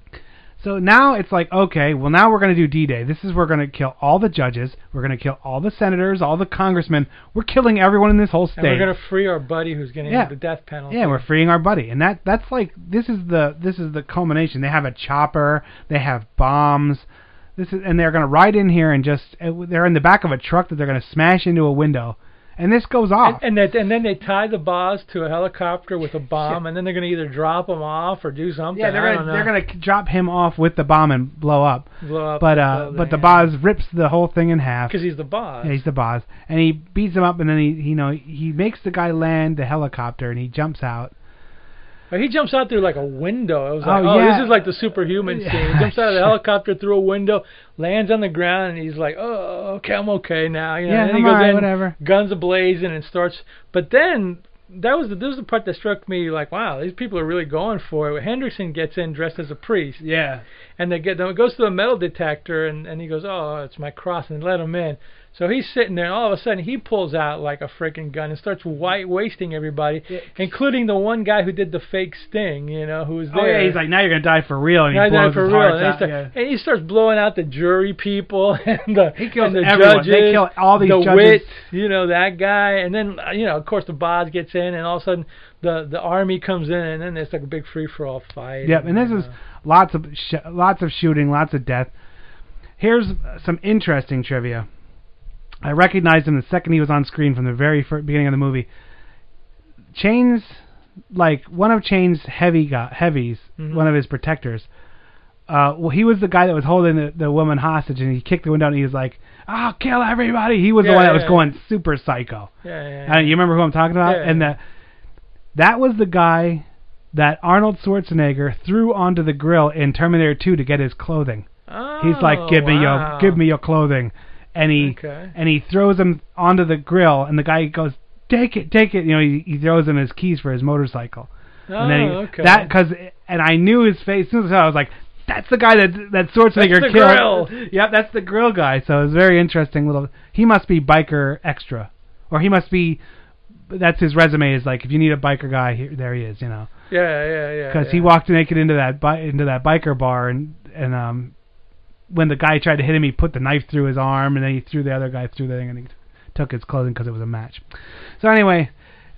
A: So now it's like okay, well now we're gonna do D-Day. This is we're gonna kill all the judges, we're gonna kill all the senators, all the congressmen. We're killing everyone in this whole state.
B: And we're gonna free our buddy who's gonna
A: Yeah.
B: get the death penalty.
A: Yeah, we're freeing our buddy, and that that's like this is the this is the culmination. They have a chopper, they have bombs, this is, and they're gonna ride in here and just uh, they're in the back of a truck that they're gonna smash into a window, and this goes off.
B: And that, and then they tie the boss to a helicopter with a bomb, and then they're gonna either drop him off or do something.
A: yeah,
B: I
A: they're
B: don't
A: gonna
B: know.
A: they're gonna k- drop him off with the bomb and blow up.
B: blow up.
A: But uh, but the boss rips the whole thing in half.
B: because he's the boss.
A: Yeah, he's the boss, and he beats him up, and then he you know he makes the guy land the helicopter, and he jumps out.
B: But he jumps out through like a window. I was like,
A: Oh,
B: oh,
A: yeah.
B: this is like the superhuman
A: Yeah,
B: scene. He jumps out of the helicopter through a window, lands on the ground, and he's like, oh, okay, I'm okay now. You know,
A: Yeah,
B: and then he
A: I'm
B: goes
A: alright,
B: in,
A: whatever.
B: guns ablazing, and starts. But then that was the this was the part that struck me like, wow, these people are really going for it. Hendrickson gets in dressed as a priest.
A: Yeah.
B: And they get then it goes to the metal detector, and and he goes, oh, it's my cross, and let him in. So he's sitting there, and all of a sudden he pulls out like a freaking gun and starts white wasting everybody, including the one guy who did the fake sting, you know, who was
A: Oh
B: there.
A: yeah, he's like now you're gonna die for real, and he
B: Guy died
A: blows
B: for
A: his
B: real.
A: heart
B: And, he
A: out.
B: start-
A: yeah.
B: and he starts blowing out the jury people and the he
A: kills
B: and the
A: everyone.
B: judges,
A: They kill all these
B: the
A: judges.
B: wit, you know that guy, and then uh, you know of course the Boz gets in, and all of a sudden the the army comes in, and then it's like a big free for all fight.
A: Yep, and this
B: uh,
A: is lots of sh- lots of shooting, lots of death. Here's uh, some interesting trivia. I recognized him the second he was on screen from the very fir- beginning of the movie. Chains like one of Chain's heavy guy, heavies,
B: Mm-hmm.
A: one of his protectors. Uh, well, he was the guy that was holding the, the woman hostage, and he kicked the window, and he was like, "I'll kill everybody." He was
B: Yeah,
A: the one that
B: yeah,
A: was
B: yeah.
A: going super psycho.
B: Yeah, yeah,
A: I don't- you remember who I'm talking about?
B: Yeah, yeah,
A: and the, that was the guy that Arnold Schwarzenegger threw onto the grill in Terminator 2 to get his clothing. He's like,
B: Oh,
A: "Give me
B: wow.
A: your, give me your clothing," and he
B: Okay.
A: and he throws him onto the grill, and the guy goes, "Take it, take it." You know, he, he throws him his keys for his motorcycle, and then he,
B: Oh, okay.
A: that because and I knew his face. As soon as I saw it, I was like, "That's the guy that that Schwarzenegger
B: That's the
A: killed."
B: grill.
A: Yep, that's the grill guy. So it was very interesting. Little, he must be biker extra, or he must be. That's his resume. Is like if you need a biker guy, here there he is. You know
B: Yeah, yeah, yeah.
A: because
B: yeah.
A: he walked naked into that bi- into that biker bar and and um when the guy tried to hit him he put the knife through his arm and then he threw the other guy through the thing and he took his clothing because it was a match so anyway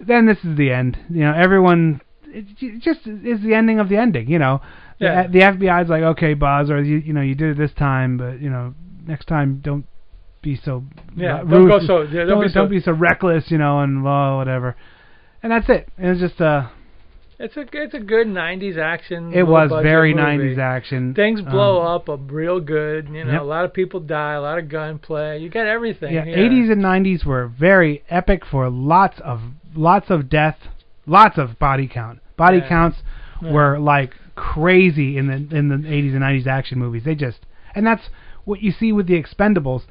A: then this is the end you know everyone it j- just is the ending of the ending you know
B: Yeah.
A: the, the FBI's like okay Boz or you you know you did it this time but you know next time don't be so
B: Yeah,
A: ru-
B: don't go
A: ruthless-
B: so- yeah, don't
A: don't,
B: be so-
A: don't be so reckless you know and well whatever and that's it it was just uh
B: It's a it's a good '90s action.
A: it was
B: low-budget
A: very
B: movie.
A: 90s action
B: Things blow
A: Um,
B: up a real good. You know,
A: Yep.
B: a lot of people die, a lot of gunplay. You got everything.
A: Yeah,
B: here.
A: 80s and 90s were very epic for lots of lots of death, lots of body count. Body
B: Yeah.
A: counts
B: Yeah.
A: were like crazy in the in the 80s and 90s action movies. They just and that's what you see with the Expendables.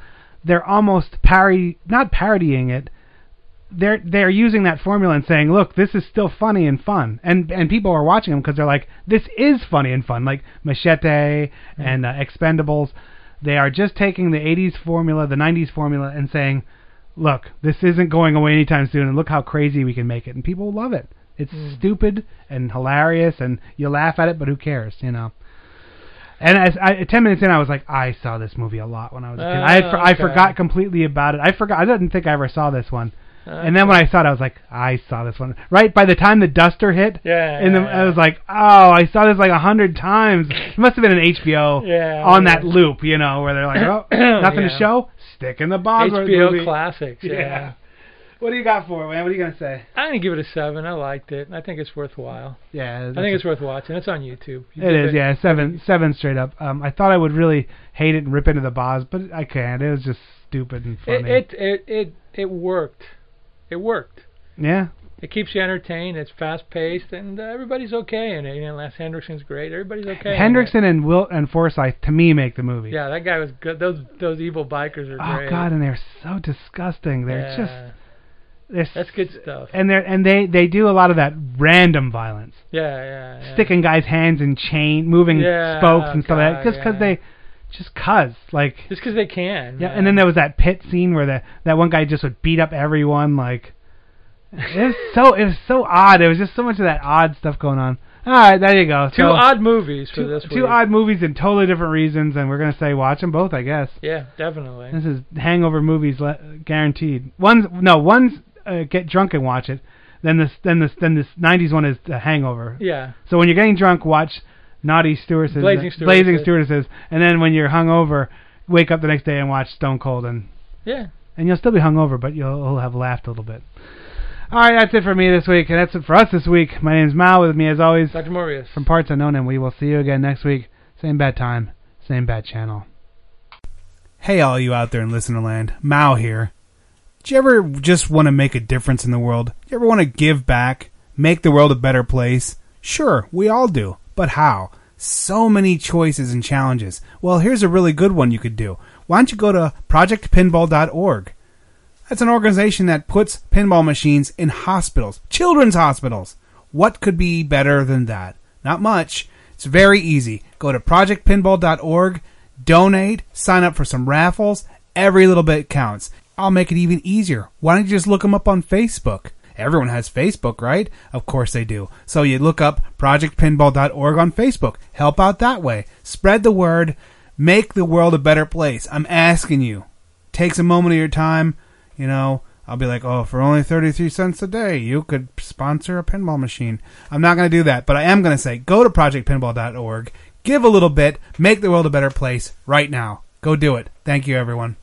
A: They're almost parry not parodying it. They're they're using that formula and saying, look, this is still funny and fun, and and people are watching them because they're like, this is funny and fun, like Machete
B: Mm-hmm.
A: and uh, Expendables. They are just taking the 80s formula, the 90s formula, and saying, look, this isn't going away anytime soon, and look how crazy we can make it. And people love it. It's
B: Mm.
A: stupid and hilarious, and you laugh at it, but who cares, you know? And as I, ten minutes in, I was like, I saw this movie a lot when I was a kid. I had,
B: Oh,
A: for, I
B: okay.
A: forgot completely about it. I forgot. I didn't think I ever saw this one. And then when I saw it, I was like, I saw this one. Right by the time the duster hit,
B: Yeah,
A: and then
B: yeah,
A: I was like, oh, I saw this like a hundred times. It must have been an HBO
B: Yeah,
A: on
B: yeah.
A: that loop, you know, where they're like, oh, nothing
B: Yeah.
A: to show, stick in the Bosworth
B: HBO
A: movie.
B: classics. Yeah.
A: Yeah. What do you got for it, man? What are you gonna say?
B: I'm gonna give it a seven. I liked it. and I think it's worthwhile.
A: Yeah,
B: I think it's worth watching. It's on YouTube. You
A: It
B: give
A: is, yeah, seven, seven straight up. Um, I thought I would really hate it and rip into the Boz, but I can't. It was just stupid and
B: It
A: funny.
B: it, it it it worked. It worked.
A: yeah,
B: It keeps you entertained. It's fast paced, and uh, everybody's okay in it. You know, Lance Hendrickson's great. Everybody's okay. in it.
A: Hendrickson and Will and Forsyth to me make the movie.
B: Yeah, that guy was good. Those those evil bikers are
A: Oh
B: great.
A: God, and they're so disgusting. They're just
B: Yeah.
A: they're
B: that's good stuff.
A: and they're and they they do a lot of that random violence,
B: yeah, yeah, yeah.
A: sticking guys' hands in chain, moving
B: Yeah,
A: spokes and stuff like that,
B: God,
A: just 'cause
B: yeah.
A: they, just 'cause like
B: Just 'cause they can.
A: Yeah,
B: man.
A: and then there was that pit scene where that that one guy just would beat up everyone. Like it was so it was so odd. There was just so much of that odd stuff going on. All right, there you go.
B: two
A: So,
B: odd movies for
A: two,
B: this
A: two
B: week.
A: odd movies and totally different reasons, and we're gonna say watch them both, I guess.
B: Yeah, definitely.
A: This is Hangover movies le- guaranteed. One's no one's uh, get drunk and watch it. Then this then this then this '90s one is the Hangover.
B: Yeah.
A: So when you're getting drunk, watch Naughty Stewardesses, uh,
B: Blazing
A: Blazing
B: Stewardesses.
A: Stewardesses, and then when you're hungover, wake up the next day and watch Stone Cold, and
B: Yeah.
A: and you'll still be hungover, but you'll you'll have laughed a little bit. All right, that's it for me this week, and that's it for us this week. My name's Mal. With me, as always,
B: Dr. Morbius.
A: from Parts Unknown, and we will see you again next week. Same bad time, same bad channel. Hey, all you out there in listener land, Mao here. Do you ever just want to make a difference in the world? Do you ever want to give back, make the world a better place? Sure, we all do, but how? So many choices and challenges. Well, here's a really good one you could do. Why don't you go to projectpinball.org? That's an organization that puts pinball machines in hospitals, children's hospitals. What could be better than that? Not much. It's very easy. Go to projectpinball.org, donate, sign up for some raffles. Every little bit counts. I'll make it even easier. Why don't you just look them up on Facebook? Everyone has Facebook, right? Of course they do. So you look up projectpinball.org on Facebook. Help out that way. Spread the word. Make the world a better place. I'm asking you takes a moment of your time, you know, I'll be like, oh, for only 33 cents a day, you could sponsor a pinball machine. I'm not going to do that, but I am going to say go to projectpinball.org, give a little bit, make the world a better place right now. Go do it. Thank you, everyone.